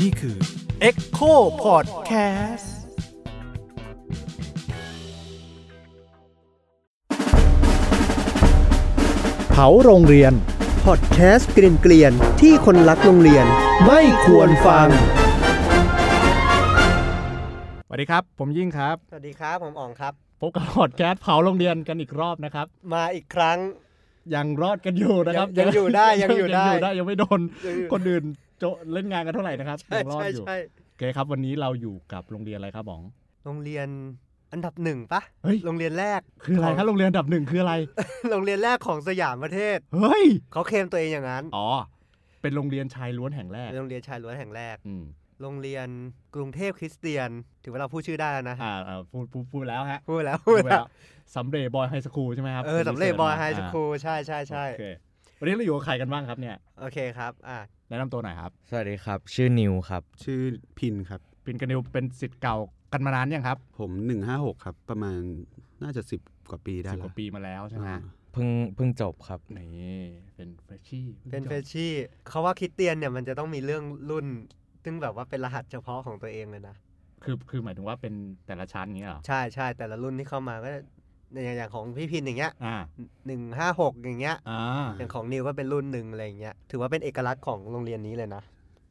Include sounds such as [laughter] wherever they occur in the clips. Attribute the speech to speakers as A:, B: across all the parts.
A: นี่คือ
B: Echo Podcast
C: เผาโรงเรียน
D: พอดแคสต์เกลียนๆที่คนรักโรงเรียน
C: ไม่ควรฟัง
A: สวัสดีครับ ผมยิ่งครับ
D: สวัสดีครับ ผมอ๋องครับ
A: พบกับพอดแคสต์เผาโรงเรียนกันอีกรอบนะครับ
D: มาอีกครั้ง
A: ยังรอดกันอยู่นะครับ
D: ยังยังอยู่ได้ยังอยู่ได้
A: ได้ยังไม่โดนคนอื่นโจะเล่นงานกันเท่าไหร่นะครับยังรอดอยู่โอเคครับ วันนี้เราอยู่กับโรงเรียนอะไรครับบ๋อง
D: โรงเรียนอันดับหนึ่งปะ
A: เฮ้ย
D: โรงเรียนแรก
A: คืออะไรครับโรงเรียนอันดับหนึ่งคืออะไร
D: โรงเรียนแรกของสยามประเทศ
A: เฮ้ย
D: เขาเคลมตัวเองอย่างนั้น
A: อ๋อ เป็นโรงเรียนชายล้วนแห่งแรก
D: เป็นโรงเรียนชายล้วนแห่งแรก
A: อืม
D: โรงเรียนกรุงเทพคริสเตียน ถือว่าเราพูดชื่อได้แล้วนะ
A: อ่าอ่าพูดพูดพูดแล้วฮะ
D: พูดแล้ว
A: พู
D: พู
A: ด
D: ด
A: ไป
D: แล้
A: แล้ว วสำเร็จบอยไฮสคูลใช่ไหมครับ
D: เออสำเร็จบอยไฮสคู
A: ล
D: ลใช่ใช่ใช่
A: โอเควันนี้เราอยู่กับใครกันบ้างครับเนี่ย
D: โอเคครับอ่ะ
A: แนะนำตัวหน่อยครับ
E: สวัสดีครับ ชื่อนิวครับ
F: ชื่อพินครับ
A: ปินกันนิวเป็นสิทธิ์เก่ากันมานานยังครับ
F: ผม 156 ครับ ประมาณน่าจะ 10 กว่าปีได้
A: สิบก
F: แล้ว
A: ว่าปีมาแล้วใช่ไหม
F: อ่า
E: เพิ่งเพิ่งจบครับ
A: นี่เป็นเฟรชชี่
D: เป็นเฟรชชี่เขาว่าคริสเตียนเนี่ยมันจะต้องมีเรื่องรุ่น ซึ่งแบบว่าเป็นรหัสเฉพาะของตัวเองเลยนะ
A: คือคือหมายถึงว่าเป็นแต่ละชั้นอย่างเงี้ยเหรอ
D: ใช่ใช่แต่ละรุ่นที่เข้ามาก็อย่างอย่างของพี่พินอย่างเงี้ย
A: อ่า
D: หนึ่งห้าหกอย่างเงี้ย
A: อ่า
D: อย่างของนิวก็เป็นรุ่นหนึ่งอะไรอย่างเงี้ยถือว่าเป็นเอกลักษณ์ของโรงเรียนนี้เลยนะ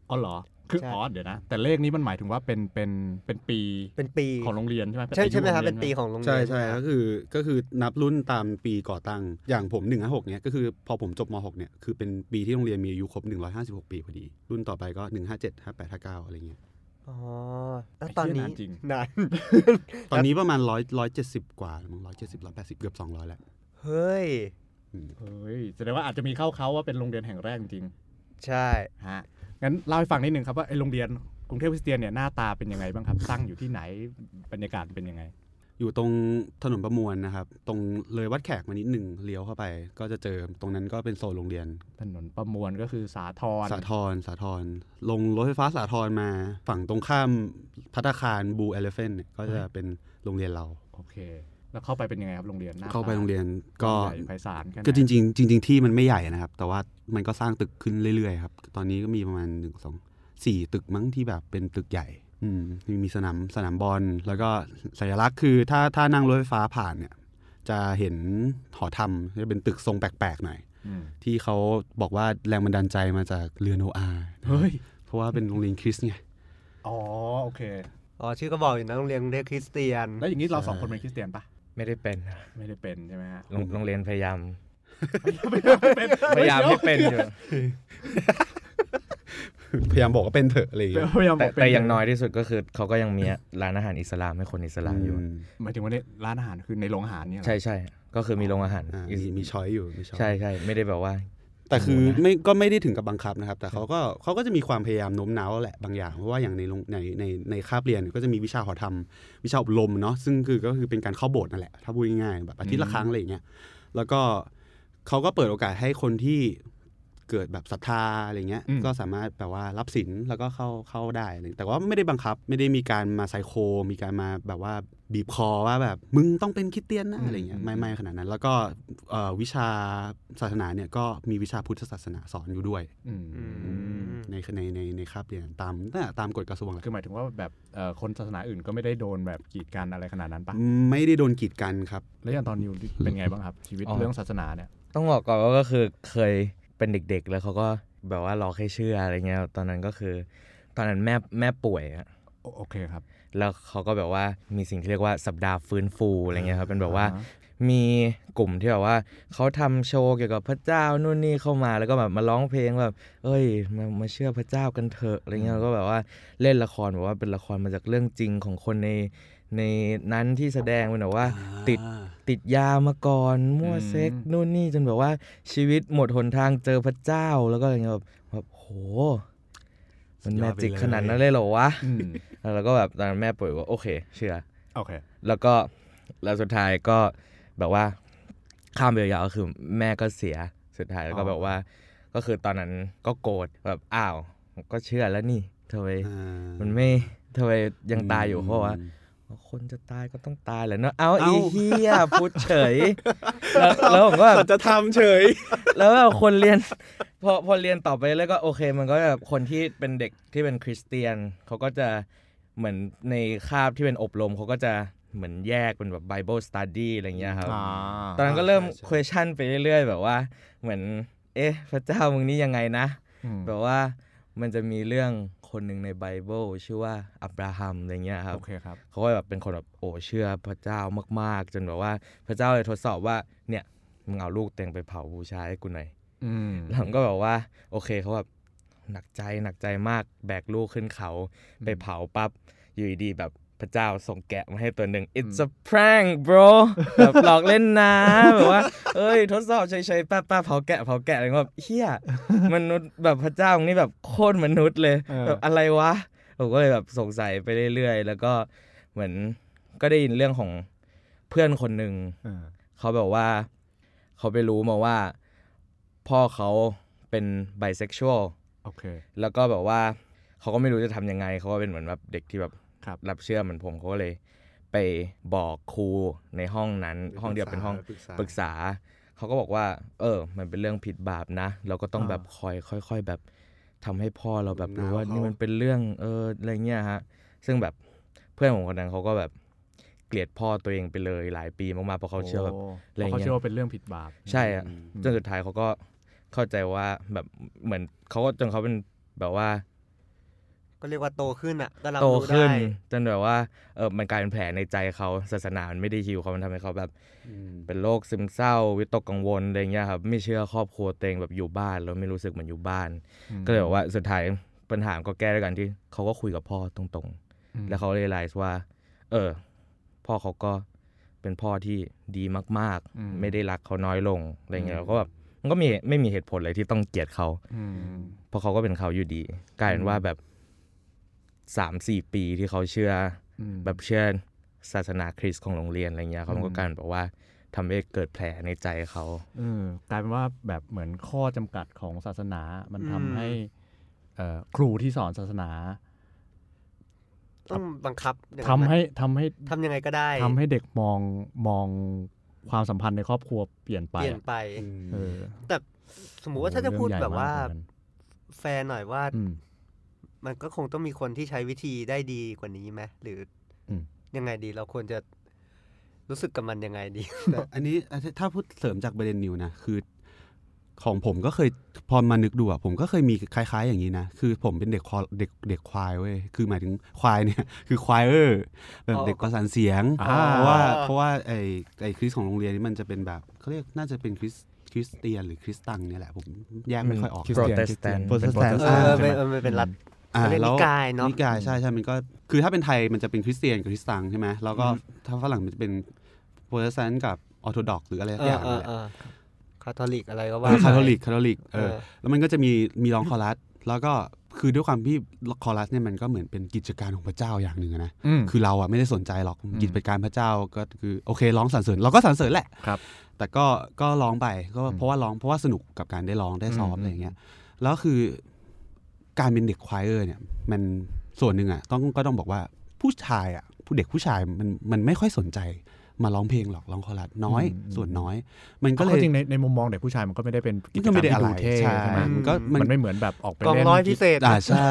A: อ๋อเหรอคือ
D: ใช่
A: อ๋อเดี๋ยวนะ แต่เลขนี้มันหมายถึงว่าเป็นเป็นเป็นปี
D: เป็นปี
A: ของโรงเรียนใช่ไหม
D: ใช่ใช่ไหมครับ
A: อายุ
D: เป็นปี
A: โงยน
D: ของโรงเรี
F: ใช่
D: น
F: ใช่
D: ไห
F: ก็
D: ม
F: คือก็คือนับรุ่นตามปีก่อตั้ง อย่างผม 156เนี่ยก็คือพอผมจบม .6 เนี่ยคือเป็นปีที่โรงเรียนมีอายุครบ 156 ปีพอดี รุ่นต่อไปก็ 157 58 59 อะไรเงี้ย
D: อ๋อแล้วตอนนี้นาน [laughs]
F: ตอนนี้ประมาณ 100 170 กว่ามั้ง170 180 เกือบ 200 แล้ว
D: เฮ้ย
F: อืม
A: เฮ้ยแสดงว่าอาจจะมีเข้าเขาว่าเป็นโรงเรียนแห่งแรกจริง
D: ใช่
A: ๆฮะงั้นเล่าให้ฟังนิดนึงครับว่าไอโรงเรียนกรุงเทพคริสเตียนเนี่ยหน้าตาเป็นยังไงบ้างครับตั้งอยู่ที่ไหนบรรยากาศเป็นยังไง
F: อยู่ตรงถนนประมวลนะครับ ตรงเลยวัดแขกมานิดหนึ่งเลี้ยวเข้าไป ก็จะเจอตรงนั้นก็เป็นโซนโรงเรียน
A: ถนนประมวลก็คือสาทร
F: สาทรสาทรลงรถไฟฟ้าสาทรมาฝั่งตรงข้ามพัตตาคารบูเอเลเฟนก็จะ
A: เฮ้ย
F: เป็นโรงเรียนเรา
A: โอเค แล้วเข้าไปเป็นยังไงครับโรงเรียนหน้
F: เข้าไป
A: ต
F: โรงเรียนก็
A: ใหญ่ไพศาลแค่ไหน
F: ก็จริง ๆ จริง ๆ ที่มันไม่ใหญ่นะครับ แต่ว่ามันก็สร้างตึกขึ้นเรื่อยๆครับ ตอนนี้ก็มีประมาณหนึ่งสองสี่ตึกมั้งที่แบบเป็นตึกใหญ่ อืมมีสนามสนามบอลแล้วก็สัญลักษณ์คือถ้าถ้านั่งรถไฟฟ้าผ่านเนี่ย จะเห็นหอธรรมจะเป็นตึกทรงแปลกๆหน่อย
A: อืม
F: ที่เขาบอกว่าแรงบันดาลใจมาจากเรือโนอาห์
A: เฮ้ย
F: เพราะว่าเป็นโรงเรียนคริสต์ไง
A: อ๋อ โอเค
D: อ๋อชื่อก็บอกอยู่นะโรงเรียนกรุงเทพคริสเตียน
A: แล้วอย่างนี้เราสอง
F: ใช่
A: คนเป็นคริสเตียนปะ
E: ไม่ได้เป็นนะ
A: ไม่ได้เป็นใช่ไหมฮะ
E: โรงโรงเรียนพยา
F: [laughs]
E: ยาม
A: ไม่ได้เป็น
E: พยายามให้เป็นอยู่
F: [laughs] พยายามบอกว่าเป็นเถอะอะไรอย่างเงี้ย
A: พยายามบ
E: แต่
A: อกเป็
E: แต่อย่างน้อยที่สุดก็คือเขาก็ยังมีร้านอาหารอิสลามให้คนอิสลามอยู่
F: อืม
A: หมายถึงว่าในร้านอาหารคือในโรงอาหารเนี่ยเหรอ
E: ใช่ใช่ก็คือมีโรงอาหาร
F: อ่า
E: อิส
F: มีมีช้อยอยู่มีช้อย
E: ใช่ใช่ไม่ได้แบบว่า
F: แต่คือไม่ก็ไม่ได้ถึงกับบังคับนะครับ แต่เขาก็เขาก็จะมีความพยายามโน้มน้าวแหละบางอย่าง เพราะว่าอย่างในโรงในในในคาบเรียนก็จะมีวิชาหอธรรม วิชาอบรมเนาะซึ่งคือก็คือเป็นการเข้าโบสถ์นั่นแหละถ้าพูดง่ายๆแบบอาทิตย์ละครั้งอะไรอย่างเงี้ยแล้วก็เขาก็เปิดโอกาสให้คนที่เกิดแบบศรัทธาอะไรเงี้ยก็สามารถแบบว่ารับศีลแล้วก็เข้าเข้าได้อะไรแต่ว่าไม่ได้บังคับไม่ได้มีการมาไซโค มีการมาแบบว่าบีบคอว่าแบบมึงต้องเป็นคริดเตียนนะอะไรเงี้ยไม่ไม่ขนาดนั้น แล้วก็เอ่อวิชาศาสนาเนี่ยก็มีวิชาพุทธศาสนาสอนอยู่ด้วย
A: อืม
D: อืม
F: ในในในในคาบเรียนตามน่าตามกฎกระทรวงแหละ
A: คือหมายถึงว่าแบบเอ่อคนศาสนาอื่นก็ไม่ได้โดนแบบกีดกันอะไรขนาดนั้นปะ
F: ไม่ได้โดนกีดกันครับ
A: แล้วอย่างตอนนิวเป็นไงบ้างครับ ชีวิต
E: อ๋อ
A: เรื่องศาสนาเนี่ย
E: ต้องบอกก่อนว่าก็คือเคยเป็นเด็ก ๆ แล้วเขาก็แบบว่า รอแค่เชื่ออะไรเงี้ยตอนนั้นก็คือ ตอนนั้นแม่แม่ป่วยอะ
A: โอโอเคครับ
E: แล้วเขาก็แบบว่ามีสิ่งที่เรียกว่าสัปดาห์ฟื้นฟูอะไรเงี้ยครับเป็นแบบว่า
A: อ่าฮะ
E: มีกลุ่มที่แบบว่าเขาทำโชว์เกี่ยวกับพระเจ้านู่นนี่เข้ามาแล้วก็แบบมาร้องเพลงแบบ เอ้ยมามาเชื่อพระเจ้ากันเถอะอะไรเงี้ยแล้วก็แบบว่าเล่นละครแบบว่าเป็นละครมาจากเรื่องจริงของคนในในนั้นที่แสดงเป็นแบบว่าติด ติดยามาก่อนมั่วเซ็ก
A: อืม
E: นู่นนี่จนแบบว่าชีวิตหมดหนทางเจอพระเจ้าแล้วก็อะไรเงี้ยแบบแบบโห มัน
F: สุดย
E: แม
F: อดไป
E: จิก
F: เลย
E: ขนาดนั้นเลยเหรอวะ
A: อืม
E: แล้วเราก็แบบตอนนั้นแม่ป่วยว่าโอเค เชื่อ
A: โอเค
E: แล้วก็แล้วสุดท้ายก็แบบว่าข้ามไปยาวๆก็คือแม่ก็เสียสุดท้ายแล้วก็
A: อ๋อ
E: แบบว่า ก็คือตอนนั้นก็โกรธแบบอ้าวก็เชื่อแล้วนี่ทำไม
F: อ่า
E: มันไม่ทำไมยังตายอยู่เพราะว่า คนจะตายก็ต้องตายแหละเนอะเอา
F: เอ้า
E: อีเหี้ยพูดเฉย แล้วแล้วผมก็แบบ
F: สัจธรรมเฉย
E: แล้วแบบคนเรียน [laughs] พอพอเรียนต่อไปแล้วก็โอเค มันก็แบบคนที่เป็นเด็กที่เป็นคริสเตียนเขาก็จะเหมือนในคาบที่เป็นอบรมเขาก็จะเหมือนแยกเป็นแบบ Bible Study อะไรอย่างเงี้ยครับ
A: อ่า
E: ตอนนั้นก็เริ่ม
F: ใช่
E: question ไปเรื่อย ๆ แบบว่า เหมือน เอ๊ะ พระเจ้ามึงนี่ยังไงนะ
A: อืม
E: แบบว่ามันจะมีเรื่องคนหนึ่งในไบเบิลชื่อว่าอับราฮัมอะไรเงี้ยครับ
A: โอเคครับ
E: เขาก็แบบเป็นคนแบบโอ้เชื่อพระเจ้ามาก ๆ จนแบบว่าพระเจ้าเลยทดสอบว่าเนี่ยมึงเอาลูกเตียงไปเผาบูชาให้กูหน่อย
A: อืม
E: หลังก็แบบว่า โอเคเขาแบบหนักใจหนักใจมากแบกลูกขึ้นเขา
A: อืม
E: ไปเผาปั๊บอยู่ดีๆแบบพระเจ้าส่งแกะมาให้ตัวหนึ่ง it's a prank bro แบบหลอกเล่นนะ [laughs] แบบว่าเอ้ย ทดสอบเฉยๆป้าป้าเผาแกะเผาแกะอะไรเงี้ยแบบเฮียมนุษย์แบบพระเจ้านี่แบบโคตรมนุษย์เลย
A: เออ
E: แบบอะไรวะผมก็เลยแบบสงสัยไปเรื่อยๆ แล้วก็เหมือนก็ได้ยินเรื่องของเพื่อนคนหนึ่ง
A: เออ
E: เขาแบบว่าเขาไปรู้มาว่า พ่อเขาเป็นไบเซ็กชวล
A: โอเค
E: แล้วก็แบบว่าเขาก็ไม่รู้จะทำยังไง เขาก็เป็นเหมือนแบบเด็กที่แบบ
A: ครับ
E: รับเชื่อเหมือนผมเขาก็เลย ไปบอกครูในห้องนั้น ห้องเดียวเป็นห้อง
F: ปรึกษา
E: ปรึกษา เขาก็บอกว่า เออ มันเป็นเรื่องผิดบาปนะ เราก็ต้องแบบคอยค่อย ๆ แบบทำให้พ่อเราแบบรู้ว่า
F: หนาวเขานี่
E: นี่มันเป็นเรื่องเอออะไรเงี้ยฮะ ซึ่งแบบเพื่อนผมคนนั้นเขาก็แบบเกลียดพ่อตัวเองไปเลยหลายปีมากๆเพราะเขาเชื่อแบบ
A: โ
E: อะไรเงี้ย
A: เขาเชื่อว่าเป็นเรื่องผิดบาป
E: ใช่อะ
F: อืม
E: จนสุดท้ายเขาก็เข้าใจว่าแบบเหมือนเขาก็จนเขาเป็นแบบว่า
D: ก็เรียกว่าโตขึ้นอ่ะก็รับ
E: โต
D: รู้
E: ขึ้น
D: ได้
E: จนแบบว่าเออมันกลายเป็นแผลในใจเขาศาสนามันไม่ได้ฮิวเขามันทำให้เขาแบบ
F: อืม
E: เป็นโรคซึมเศร้า วิตกกังวลอะไรเงี้ยครับไม่เชื่อครอบครัวเตวเองแบบอยู่บ้านแล้วไม่รู้สึกเหมือนอยู่บ้าน
A: อืม
E: ก็เลยบอกว่าสุดท้ายปัญหาก็แก้ด้วยกันที่เขาก็คุยกับพ่อตรง
A: อืม
E: ๆ แล้วเขาเรียลไลซ์ว่า เออ พ่อเขาก็เป็นพ่อที่ดีมาก
A: อืม
E: ๆ ไม่ได้รักเขาน้อยลงอะไรเงี้ยแล้วก็แบบมันก็มีไม่มีเหตุผลอะไรที่ต้องเกลียดเขา
A: อืม
E: เพราะเขาก็เป็นเขาอยู่ดี กลายเป็นว่าแบบสามสี่ปีที่เขาเชื่ออ
A: ม
E: แบบเชื่อศาสนาคริสต์ของโรงเรียนอะไรเงี้ยเขา
A: อืม
E: ก็กลารแบบว่าทำให้เกิดแผลในใจเขา
A: เออกลายเป็นว่าแบบเหมือนข้อจำกัดของศาสนา มันทำ
D: อืม
A: ให้เอ่อครูที่สอนศาสนา
D: ต้องบังคับอย่าง
A: ทำ
D: นั้น
A: ให้ทำให้
D: ทำยังไงก็ได้
A: ทำให้เด็กมองมองความสัมพันธ์ในครอบครัวเปลี่ยนไป
D: เปลี่ยน
A: อะ
D: ไป
A: เออ
D: แต่สมมุติว่าถ้าจะพูด
A: เรื่องใหญ่
D: แบบว่า
A: มกเหมือนกัน
D: แฟร์หน่อยว่า
A: อืม
D: มันก็คงต้องมีคนที่ใช้วิธีได้ดีกว่านี้ไหมหรืออ
A: ม
D: ยังไงดีเราควรจะรู้สึกกับมันยังไงดี
F: แต่อันนี้ถ้าพูดเสริมจากประเด็นนิวนะคือของผมก็เคยพอมานึกดูอะผมก็เคยมีคล้าย ๆ อย่างนี้นะ คือผมเป็นเด็กคอเด็กเด็กควายเว้ยคือหมายถึงควายเนี่ย [laughs] คือควายเออแบบเด็กประสานเสียง
A: อ่า
F: เพราะว่าเพราะว่าไอ้ไอ้คริสของโรงเรียนนี่มันจะเป็นแบบเขาเรียกน่าจะเป็นคริสคริสเตียนหรือคริสตังเนี่ยแหละผมแยกไม่ค่อยออก
A: คริส
E: โปรเตสแตน
A: Protestant
E: ต์
F: Protestant
D: เอ
F: อ่า
D: อเป็นเออมันเป็นรัฐ
F: อ่า
D: เขาเรียก
F: แล้ว
D: นิกายเนอะ
F: นิกายใช่ใช่มันก็คือถ้าเป็นไทยมันจะเป็นคริสเตียนกับคริสตังใช่ไหมแล้วก็ถ้าฝรั่งมันจะเป็นโปรเตสแตนต์กับออร์โธดอกหรืออะไรสั
D: เอก
F: อ
D: อย่าง เอ
F: นั่
D: อ
F: นแหละ
D: เออคาทอลิกอะไรก็
F: เอ
D: ว่า
F: อ
D: ไป
F: คาทอลิกคาทอลิกเออ
D: เออ
F: แล้วมันก็จะมีมีร้องคอรัส แล้วก็คือด้วยความที่คอรัสเนี่ยมันก็เหมือนเป็นกิจการของพระเจ้าอย่างหนึ่งอะนะ
A: อืม
F: คือเราอะไม่ได้สนใจหรอก
A: อืม
F: กิจการพระเจ้าก็คือโอเคร้องสรรเสริญเราก็สรรเสริญแหละ
A: ครับ
F: แต่ก็ก็ร้องไปก็เพ
A: อืม
F: ราะว่าร้องเพราะว่าสนุกกับการได้ร้องได้ซ้อม
A: อืม
F: อะไรอย่างเงี้ยแล้วคือการเป็นเด็กควายเออร์เนี่ยมันส่วนหนึ่งอะต้องก็ต้องบอกว่าผู้ชายอะผู้เด็กผู้ชายมันมันไม่ค่อยสนใจมาร้องเพลงหรอกร้องคอรัสน้อย ส่วนน้อย มันก็
A: ก็
F: เลย
A: จริงๆในในมุมมองเด็กผู้ชายมันก็ไม่ได้เป็นกิจกรร
F: ก็
A: ม
F: ไม่ได้
A: ที่
F: อะไร
A: ดูเท่
F: ใช่
A: ใช่ไหม
F: มันก็
A: มั
F: มัน
A: นไม่เหมือนแบบออกไป
D: กอง
A: เล่น
D: ร้อยพิเศษ
F: อ่าใช่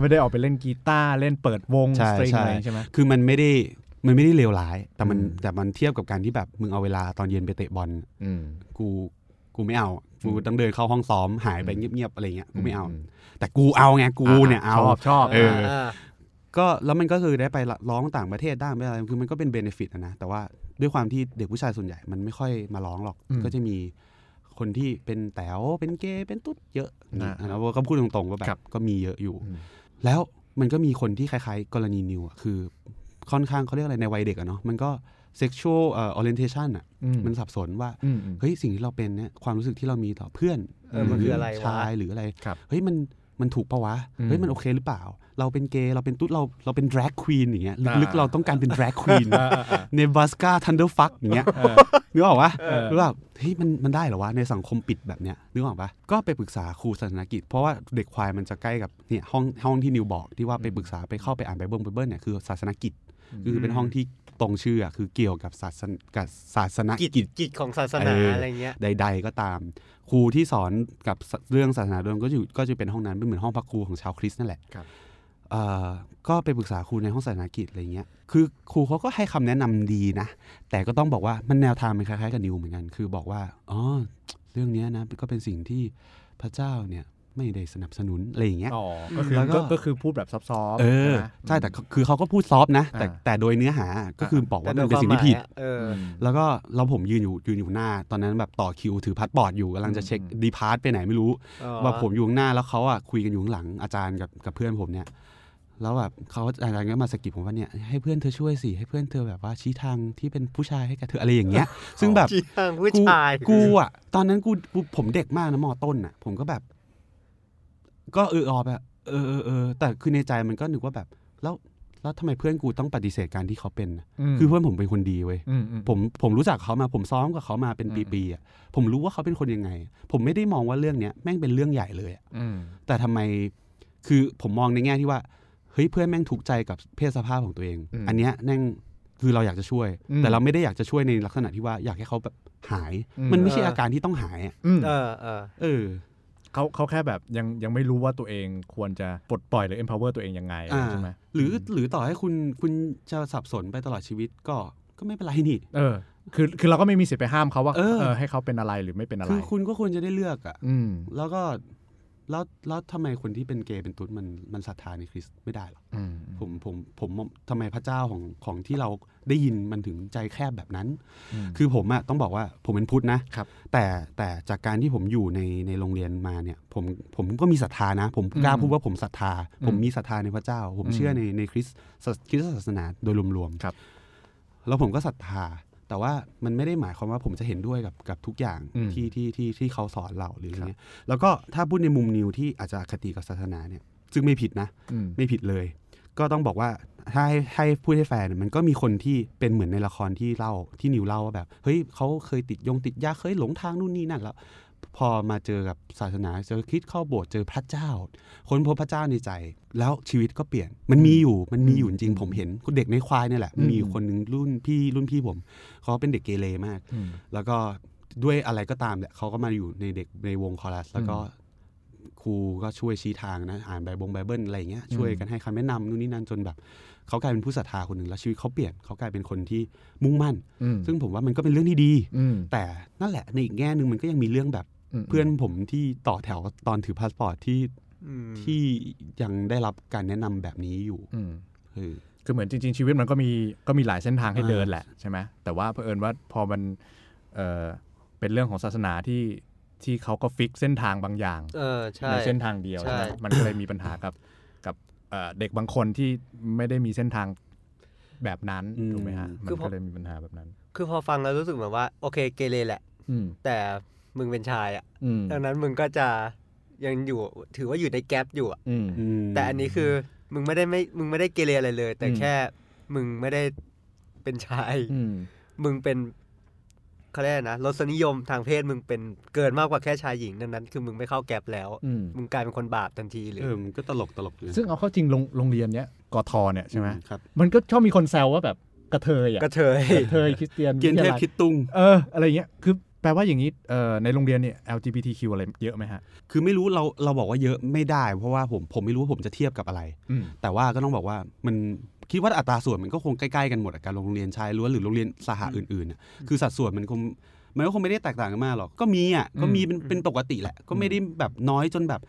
A: ไม่ได้ออกไปเล่นกีตาร์เล่นเปิดวง
F: ใช่
A: สตริง
F: ใช่
A: อะไรใช่ไหม
F: [laughs] คือมันไม่ได้มันไม่ได้เลวร้าย แต่มัน
A: อืม
F: แต่มันเทียบกับการที่แบบมึงเอาเวลาตอนเย็นไปเตะบอล
A: อืม
F: กูกูไม่เอากู
A: อืม
F: ต้องเดินเข้าห้องซ้อมหายไปเงียบๆอะไรเงี้ยกูไม่เอา
A: ม
F: แต่กูเอาไงกูเนี่ยเอา
A: ชอบชอบ
F: เออ
D: า
F: ก็แล้วมันก็คือได้ไปร้องต่างประเทศได้ไม่อะไรคือมันก็เป็นเบนฟิตนะแต่ว่าด้วยความที่เด็กผู้ชายส่วนใหญ่มันไม่ค่อยมาร้องหรอก ก็จะมีคนที่เป็นแต๋วเป็นเกย์เป็นตุ๊ดเยอะนะว่าก็พูดตรงๆว่าแบบก็มีเยอะอยู่
A: อืม
F: แล้วมันก็มีคนที่คล้ายๆ กรณีนิวอะคือค่อนข้างเขาเรียกอะไรในวัยเด็กอะเนาะมันก็ sexual เอ่อ orientation อะ
A: อืม
F: มันสับสนว่า
A: อืมอืม
F: เฮ้ย สิ่งที่เราเป็นเนี่ยความรู้สึกที่เรามีต่อเพื่อน
D: เออมันคืออะไรวะ
F: ชายหรืออะไร
A: ครับ
F: เฮ้ย มันมันถูกปะวะ
A: อืม
F: เฮ้ย มันโอเคหรือเปล่า เราเป็นเกย์เราเป็นตุ๊ดเราเราเป็น drag queen อย่างเงี้ยลึก
A: อ่า
F: ๆเราต้องการเป็น drag queen
A: อ่าอ่าอ่า
F: เนบาสกาทันเดอร์ฟักอย่างเงี้ยนึกออกปะ
A: เออ
F: หรือว่าเฮ้ยมันมันได้เหรอวะ ในสังคมปิดแบบเนี้ยนึกออกปะก็ไปปรึกษาครูศาสนกิจ เพราะว่าเด็กควายมันจะใกล้กับเนี่ยห้องห้องที่นิวบอกที่ว่าไปปรึกษาไปเข้าไปอ่านไบเบิลไบเบิลเนี่ยคือศาสนกิจ คือเป็นห้องที่ตรงชื่ออะคือเกี่ยวกับศาสนกับศาสน
D: กิจ
F: กิจ
D: กิจของศาสนา
F: เอออ
D: อะไรเงี้ย
F: ใด ๆ ก็ตาม ครูที่สอนกับสเรื่องศาสนาโดยรวมก็อยู่ก็จะเป็นห้องนั้นเป็นเหมือนห้องพักครูของชาวคริสต์นั่นแหละ
A: ครับ
F: เอ่อก็ไปปรึกษาครูในห้องศาสนากิจอะไรเงี้ยคือครูเขาก็ให้คำแนะนำดีนะ แต่ก็ต้องบอกว่ามันแนวทางมันคล้ายๆกับนิวเหมือนกัน คือบอกว่าอ๋อเรื่องเนี้ยนะก็เป็นสิ่งที่พระเจ้าเนี่ยไม่ได้สนับสนุนอะไรอย่างเงี้ย
A: อ๋อก็คือ
F: แล้วก็
A: ก็ก็คือพูดแบบซับซ้อน
F: เออใช่แต่คือเขาก็พูดซอฟต์นะแต่
A: อ่า
F: แต่โดยเนื้อหาก็คือบอกว่า
D: แต่
F: มั
D: โด
F: นเป็น
D: ย
F: สิ่ง
D: ความ
F: ที่ผิด
D: หมายอะเออ
F: แล้วก็เราผมยืนอยู่ยืนอยู่หน้า ตอนนั้นแบบต่อคิวถือพาสปอร์ตอยู่กำลังจะเช็คดีพาร์ตไปไหนไม่รู้ ว่าผมอยู่ข้างหน้าแล้วเขาอ่ะคุยกันอยู่ข้างหลังอาจารย์กับกับเพื่อนผมเนี่ย แล้วแบบเขาอาจารย์ก็มาสะกิดผมว่าเนี่ยให้เพื่อนเธอช่วยสิให้เพื่อนเธอแบบว่าชี้ทางที่เป็นผู้ชายให้กับเธออะไรอย่างเงี้ย ซึ่งแบบ
D: จีฮังผู้ชาย
F: กูกูอ่ะ ตอนนั้นกูกูผมเด็กมากนะมอต้นอ่ะ ผมก็แบบ ก็เออออแบบเออเออเออแต่คือในใจมันก็นึกว่าแบบ แล้วแล้วทำไมเพื่อนกูต้องปฏิเสธการที่เขาเป็นน่ะ
A: ม
F: คือเพื่อนผมเป็นคนดีเว้ย
A: อือื
F: ผมผมรู้จักเขามาผมซ้อมกับเขามาเป็น
A: อืม
F: ปีๆอ่ะผมรู้ว่าเขาเป็นคนยังไง ผมไม่ได้มองว่าเรื่องเนี้ยแม่งเป็นเรื่องใหญ่เลยอะ
A: อืม
F: แต่ทำไมคือผมมองในแง่ที่ว่าเฮ้ยเพื่อนแม่งถูกข์ใจกับเพศสภาพของตัวเอง อันเนี้ยแม่งคือเราอยากจะช่วย
A: อืม
F: แต่เราไม่ได้อยากจะช่วยในลักษณะที่ว่าอยากให้เขาแบบหาย
A: อืม
F: มันไม่ใช่
D: เอออ
F: อาการที่ต้องหายอะ
A: อืม
D: เออเออ
F: เออ
A: เขาเขาแค่แบบยังยังไม่รู้ว่าตัวเองควรจะปลดปล่อยหรือ empower ตัวเองยังไง
F: อ่า
A: ใช่ไหม
F: หรือหรือต่อให้คุณคุณจะสับสนไปตลอดชีวิตก็ก็ไม่เป็นไรนี่
A: เออ คือคือเราก็ไม่มีสิทธิ์ไปห้ามเขาว่า
F: เออ
A: เออให้เขาเป็นอะไรหรือไม่เป็นอะไร
F: คือคุณก็ควรจะได้เลือกอ่ะ
A: อืม
F: แล้วก็แล้วแล้วทำไมคนที่เป็นเกย์เป็นตุ๊ดมันมันศรัทธาในคริสต์ไม่ได้หรอ
A: อืม
F: ผมผมผมทำไมพระเจ้าของของที่เราได้ยินมันถึงใจแคบแบบนั้น
A: ม
F: คือผมอะต้องบอกว่าผมเป็นพุทธนะครับ แต่แต่จากการที่ผมอยู่ในในโรงเรียนมาเนี่ยผมผมก็มีศรัทธานะ ผมกล้า
A: อืม
F: พูดว่าผมศรัทธา
A: อืม
F: ผมมีศรัทธาในพระเจ้า ผม
A: อืม
F: เชื่อในในคริสต์ศาสคริสตศาสนาโดยรวมๆ
A: ครับ
F: แล้วผมก็ศรัทธา แต่ว่ามันไม่ได้หมายความว่าผมจะเห็นด้วยกับกับทุกอย่าง
A: อืม
F: ที่ที่ที่ที่เขาสอนเราหรืออะไรเงี้ยแล้วก็ถ้าพูดในมุมนิวที่อาจจะอคติกับศาสนาเนี่ยซึ่งไม่ผิดนะ
A: อืม
F: ไม่ผิดเลย ก็ต้องบอกว่าถ้าให้ให้พูดให้แฟนยมันก็มีคนที่เป็นเหมือนในละครที่เล่าที่นิวเล่าว่าแบบ เฮ้ยเขาเคยติดยงติดยาเคยหลงทางนู่นนี่นั่นแล้ว พอมาเจอกับศาสนาเจอคริดเข้าโบสถ์เจอพระเจ้า ค้นพบพระเจ้าในใจ แล้วชีวิตก็เปลี่ยน มันมีอยู่มันมีอยู่จริงผมเห็นเด็กในควายเนี่ยแหละ
A: อืม
F: มีอยู่คนหนึ่งรุ่นพี่รุ่นพี่ผมเขาเป็นเด็กเกเรมาก
A: อืม
F: แล้วก็ด้วยอะไรก็ตามแหละเขาก็มาอยู่ในเด็กในวงคอรัส แล้วก็ครูก็ช่วยชี้ทางนะ อ่านไบบงไบเบิลอะไรอย่างเงี้ย
A: อืม
F: ช่วยกันให้คำแนะนำนู่นนี่นั่นจนแบบเขากลายเป็นผู้ศรัทธาคนหนึ่งแล้วชีวิตเขาเปลี่ยนเขากลายเป็นคนที่มุ่งมั่น
A: อืม
F: ซึ่งผมว่ามันก็เป็นเรื่องที่ดี
A: อืม
F: แต่นั่นแหละในอีกแง่หนึ่งมันก็ยังมีเรื่องแบบ
A: ม
F: เพื่อนผมที่ต่อแถวตอนถือพาสปอร์ตที่
D: อืม
F: ที่ยังได้รับการแนะนำแบบนี้อยู่
A: อืม
F: เออ
A: คือเหมือนจริงๆ ชีวิตมันก็มีก็มีหลายเส้นทางให้
F: อ่า
A: เดินแหละใช่ไหมแต่ว่าเผอิญว่าพอมันเอ่อเป็นเรื่องของศาสนาที่ที่เขาก็ฟิกเส้นทางบางอย่าง
D: เออ ใช่
A: ในเส้นทางเดียว
D: ใช่
A: ใช่ไหมมันก็เลยมีปัญหากับกับเอ่อเด็กบางคนที่ไม่ได้มีเส้นทางแบบนั้น
F: อืม
A: ถูกไหมฮะมันก็เลยมีปัญหาแบบนั้น
D: คือพอฟังแล้วรู้สึกเหมือนว่า โอเคเกเรแหละ
A: อืม
D: แต่มึงเป็นชายอ่ะ
A: อืม
D: ดังนั้นมึงก็จะยังอยู่ถือว่าอยู่ในแกลบอยู่อะ
A: อืม
F: ม
D: แต่อันนี้คือมึงไม่ได้ไม่มึงไม่ได้เกเรอะไรเลย แต่
A: อืม
D: แค่มึงไม่ได้เป็นชาย
A: อืม
D: มึงเป็นเขาเรียกอะไรนะรสนิยมทางเพศมึงเป็นเกินมากกว่าแค่ชายหญิงดังนั้น คือมึงไม่เข้าแกลบแล้ว
A: อืม
D: มึงกลายเป็นคนบาปทันทีหรือ
F: เออมันก็ตลกตลกเลย
A: ซึ่งเอาเข้าจริงโรงโรงเรียนเนี้ยกทเนี่ยใช่ไหม
F: อืครับ
A: มันก็ชอบมีคนแซวว่าแบบกระเทยอ่ะ
D: กระเทย
A: กระเทยคริสเตียน
F: เกียนเทพ
A: วิทาลั
F: คิดตุง
A: เอออะไรเงี้ย คือแปลว่าอย่างนี้เอ่อในโรงเรียนเนี่ย LGBTQ อะไรเยอะไหมฮะ
F: คือไม่รู้เราเราบอกว่าเยอะไม่ได้ เพราะว่าผมผมไม่รู้ว่าผมจะเทียบกับอะไร
A: อืม
F: แต่ว่าก็ต้องบอกว่ามันคิดว่าอัตราส่วนมันก็คงใกล้ๆกันหมดอะการโรงเรียนชายล้วนหรือโรงเรียนสหะอื่นๆอะคือสัดส่วนมันคงมันก็คงไม่ได้แตกต่างกันมากหรอกก็มีอ่ะก็มีเป็นเป็นปกติแหละ ก็ไม่ได้แบบน้อยจนแบบ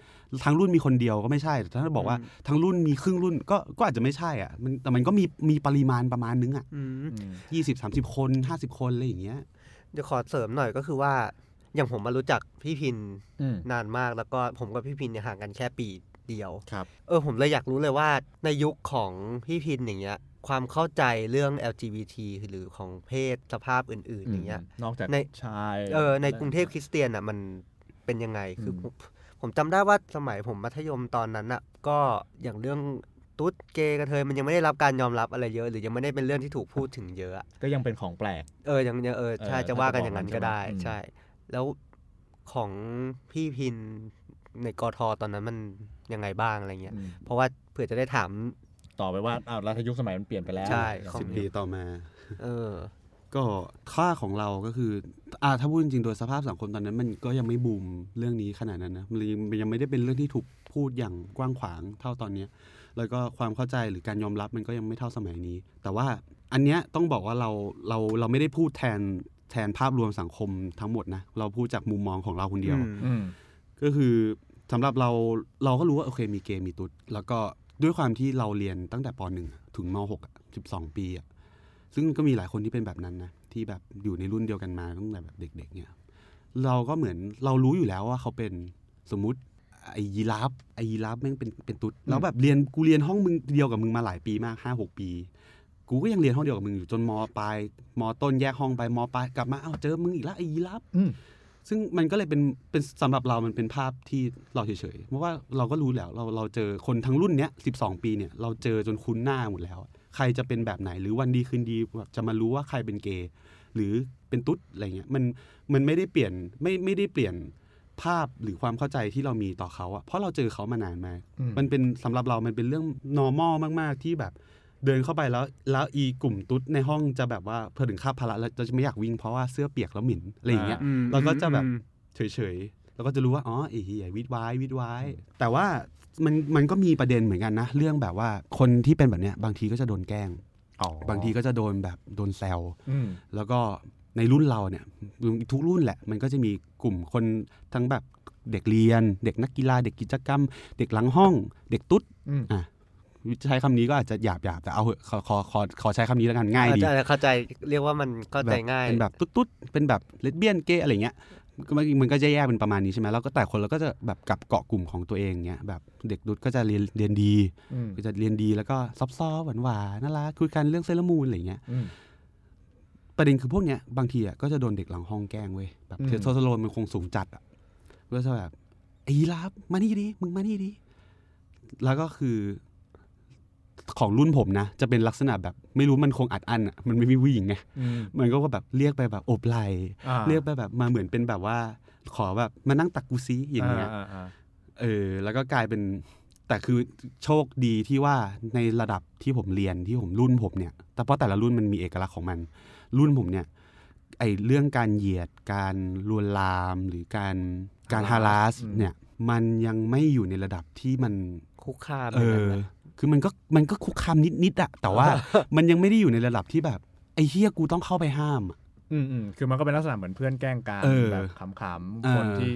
F: ทั้งรุ่นมีคนเดียวก็ไม่ใช่แต่ถ้าบอกว่าทั้งรุ่นมีครึ่งรุ่นก็ก็อาจจะไม่ใช่อ่ะมันแต่มันก็มีมีปริมาณประมาณนึงอ่ะ
D: อืม
F: ยี่สิบสามสิบคนห้าสิบคนอะไรอย่างเงี้ย
D: เดี๋ยวขอเสริมหน่อยก็คือว่า อย่างผมมารู้จักพี่พิน
A: อืม
D: นานมากแล้วก็ผมกับพี่พินเนี่ยห่างกันแค่ปีเดียว
A: ครับ
D: เออผมเลยอยากรู้เลยว่าในยุคของพี่พินอย่างเงี้ย ความเข้าใจเรื่อง LGBT หรือของเพศสภาพอื่น ๆ อย่างเงี้ย
A: นอกจาก
D: ใน
A: ชาย
D: เออในกรุงเทพคริสเตียนอ่ะมันเป็นยังไงคือ
A: ม
D: ผมผมจำได้ว่าสมัยผมมัธยมตอนนั้นอ่ะก็อย่างเรื่องตุ๊ดเกย์กระเทยมันยังไม่ได้รับการยอมรับอะไรเยอะ หรือยังไม่ได้เป็นเรื่องที่ถูกพูดถึงเยอะอะ
A: ก็ยังเป็นของแปลก
D: เออยังยังเออใช่
A: เออ
D: จะว่ากันอย่างนั้นก็ได้
A: อืม
D: ใช่ แล้วของพี่พินในกทตอนนั้นมันยังไงบ้างอะไรเงี้ย เพราะว่าเผื่อจะได้ถาม
A: ต่อไปว่าอ้าวรัฐยุคสมัยมันเปลี่ยนไปแล้ว
D: ใช่
F: สิบปีต่อมา
D: เออ
F: ก็ค่าของเราก็คืออ่าถ้าพูดจริงๆ โดยสภาพสังคมตอนนั้นมันก็ยังไม่บูมเรื่องนี้ขนาดนั้นนะ มันยังมันยังไม่ได้เป็นเรื่องที่ถูกพูดอย่างกว้างขวางเท่าตอนเนี้ยแล้วก็ความเข้าใจหรือการยอมรับมันก็ยังไม่เท่าสมัยนี้ แต่ว่าอันเนี้ยต้องบอกว่าเราเราเราไม่ได้พูดแทนแทนภาพรวมสังคมทั้งหมดนะ เราพูดจากมุมมองของเราคนเดียว
A: อืม
F: ก็คือสำหรับเราเราก็รู้ว่าโอเคมีเกมมีตุ๊ดแล้วก็ด้วยความที่เราเรียนตั้งแต่ปหนึ่งอะถึงมหกสิบสองปีอะซึ่งก็มีหลายคนที่เป็นแบบนั้นนะที่แบบอยู่ในรุ่นเดียวกันมาตั้งแต่แบบเด็ก ๆ เนี่ย เราก็เหมือนเรารู้อยู่แล้วว่าเขาเป็นสมมติไอ้ยีราฟไอ้ยีราฟแม่งเป็นเป็นตุ๊ดแล้วแบบเรียนกูเรียนห้องมึงเดียวกับมึงมาหลายปีมากห้าหกปี กูก็ยังเรียนห้องเดียวกับมึงอยู่จนมปลายมต้นแยกห้องไปมปลายกลับมาเอ้าวเจอมึงอีกแล้วไอ้ยีราฟ
A: อืม
F: ซึ่งมันก็เลยเป็นเป็นสำหรับเรามันเป็นภาพที่เราเฉยๆ เพราะว่าเราก็รู้แล้วเราเราเจอคนทั้งรุ่นเนี้ยสิปีเนี่ยเราเจอจนคุ้นหน้าหมดแล้วอะใครจะเป็นแบบไหนหรือวันดีคืนดีแบบจะมารู้ว่าใครเป็นเกย์หรือเป็นตุ๊ดอะไรเงี้ยมันมันไม่ได้เปลี่ยนไม่ไม่ได้เปลี่ยนภาพหรือความเข้าใจที่เรามีต่อเขาอะเพราะเราเจอเขามานานมาก
A: อืม
F: มันเป็นสำหรับเรามันเป็นเรื่อง normal มากๆที่แบบเดินเข้าไปแล้วแล้วอีกลุ่มตุ๊ดในห้องจะแบบว่าพอถึงคาบพละแล้วเราจะไม่อยากวิ่งเพราะว่าเสื้อเปียกแล้วเหมิ่นอะไรอย่างเงี้ย เราก็จะแบบ เฉยๆ แล้วก็จะรู้ว่า อ๋อไอ้เหี้ยวิดวายวิดวายแต่ว่ามันมันก็มีประเด็นเหมือนกันนะ เรื่องแบบว่าคนที่เป็นแบบเนี้ยบางทีก็จะโดนแกล้ง
A: อ๋อบ
F: างทีก็จะโดนแบบโดนแซว
A: อืม
F: แล้วก็ในรุ่นเราเนี่ยทุกรุ่นแหละ มันก็จะมีกลุ่มคนทั้งแบบเด็กเรียน เด็กนักกีฬา เด็กกิจกรรม เด็กหลังห้อง เด็กตุ๊ด
A: อืม
F: อ่ะใช้คำนี้ก็อาจจะหยาบหยาบๆแต่เอาเหอะขอขอขอขอใช้คำนี้แล้วกันง่ายดี
D: อาจจะเข้าใจเรียกว่ามันเข้าใจง่าย
F: เป็นแบบตุ๊ดๆ เป็นแบบเลสเบี้ยนเกย์อะไรเงี้ยก็มันมันก็จะแยกเป็นประมาณนี้ใช่ไหมแล้วก็แต่คนเราก็จะแบบกลับเกาะกลุ่มของตัวเองเงี้ยแบบเด็กดุดก็จะเรียนเรียนดี
A: อืม
F: ก็จะเรียนดีแล้วก็ซอฟต์ๆหวานๆน่ารักคุยกันเรื่องเซเลอร์มูนอะไรเงี้ย
A: อืม
F: ประเด็นคือพวกเนี้ยบางทีอ่ะก็จะโดนเด็กหลังห้องแกล้งเว้ยแบบ
A: อืม
F: เทสโทสเตอโรนมันคงสูงจัดอ่ะก็จะแบบไอ้ยีราฟมานี่ดิมึงมานี่ดิแล้วก็คือของรุ่นผมนะ จะเป็นลักษณะแบบไม่รู้มันคงอัดอั้นอ่ะมันไม่มีผู้หญิงไง
A: อืม
F: มันก็แบบเรียกไปแบบโอบไหล
A: อ่า
F: เรียกไปแบบมาเหมือนเป็นแบบว่า ขอแบบมานั่งตักกูซีอย่างเงี้ย
A: อ่าอ่า
F: เออ แล้วก็กลายเป็นแต่คือโชคดีที่ว่าในระดับที่ผมเรียนที่ผมรุ่นผมเนี่ย แต่เพราะแต่ละรุ่นมันมีเอกลักษณ์ของมัน รุ่นผมเนี่ย ไอเรื่องการเหยียดการลวนลามหรือการการฮาราสเนี่ย มันยังไม่อยู่ในระดับที่มัน
D: คุกคาม
F: เออ คือมันก็มันก็คุกคามนิดๆอะแต่ว่า มันยังไม่ได้อยู่ในระดับที่แบบไอ้เฮียกูต้องเข้าไปห้ามอะ
A: อืมอืมคือมันก็เป็นลักษณะเหมือนเพื่อนแกล้งกัน
F: เออ
A: แบบขำ
F: เอ
A: ๆ
F: อ
A: คนที่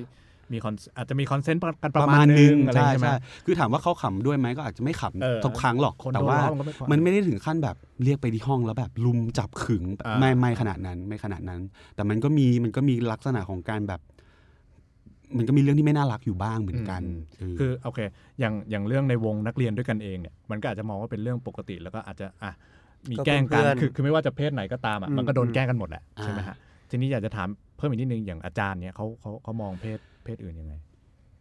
A: มีคอนอาจจะมีคอนเซนต์กันป
F: ประ ระ
A: มา
F: มา
A: ณ
F: ณ
A: นึ
F: นึ
A: ง
F: ง
A: อะไร
F: ใช่
A: ใช่ไหม
F: ใช่คือถามว่าเขาขำด้วยไหมก็อาจจะไม่ข
A: เออ
F: ำทุกครั้งหรอก
A: คน
F: แต่
A: โดน
F: ว่า
A: ล้อมันก็ไม่ขำ
F: มันไม่ได้ถึงขั้นแบบเรียกไปที่ห้องแล้วแบบลุมจับขึง
A: อ่า
F: ไม่ไม่ขนาดนั้นไม่ขนาดนั้น แต่มันก็มีมันก็มีลักษณะของการแบบ มันก็มีเรื่องที่ไม่น่ารักอยู่บ้างเหมือนกันเ
A: คือโอเค อย่างอย่างเรื่องในวงนักเรียนด้วยกันเองเนี่ยมันก็อาจจะมองว่าเป็นเรื่องปกติแล้วก็อาจจะอ่ะมีแกล้งกันคือคือไม่ว่าจะเพศไหนก็ตามอ่ะมันก็โดนแกล้งกันหมดแหละใช่ไหมฮะทีนี้อยากจะถามเพิ่มอีกนิดนึงอย่างอาจารย์เนี่ยเขาเขาเขามองเพศเพศอื่นยังไง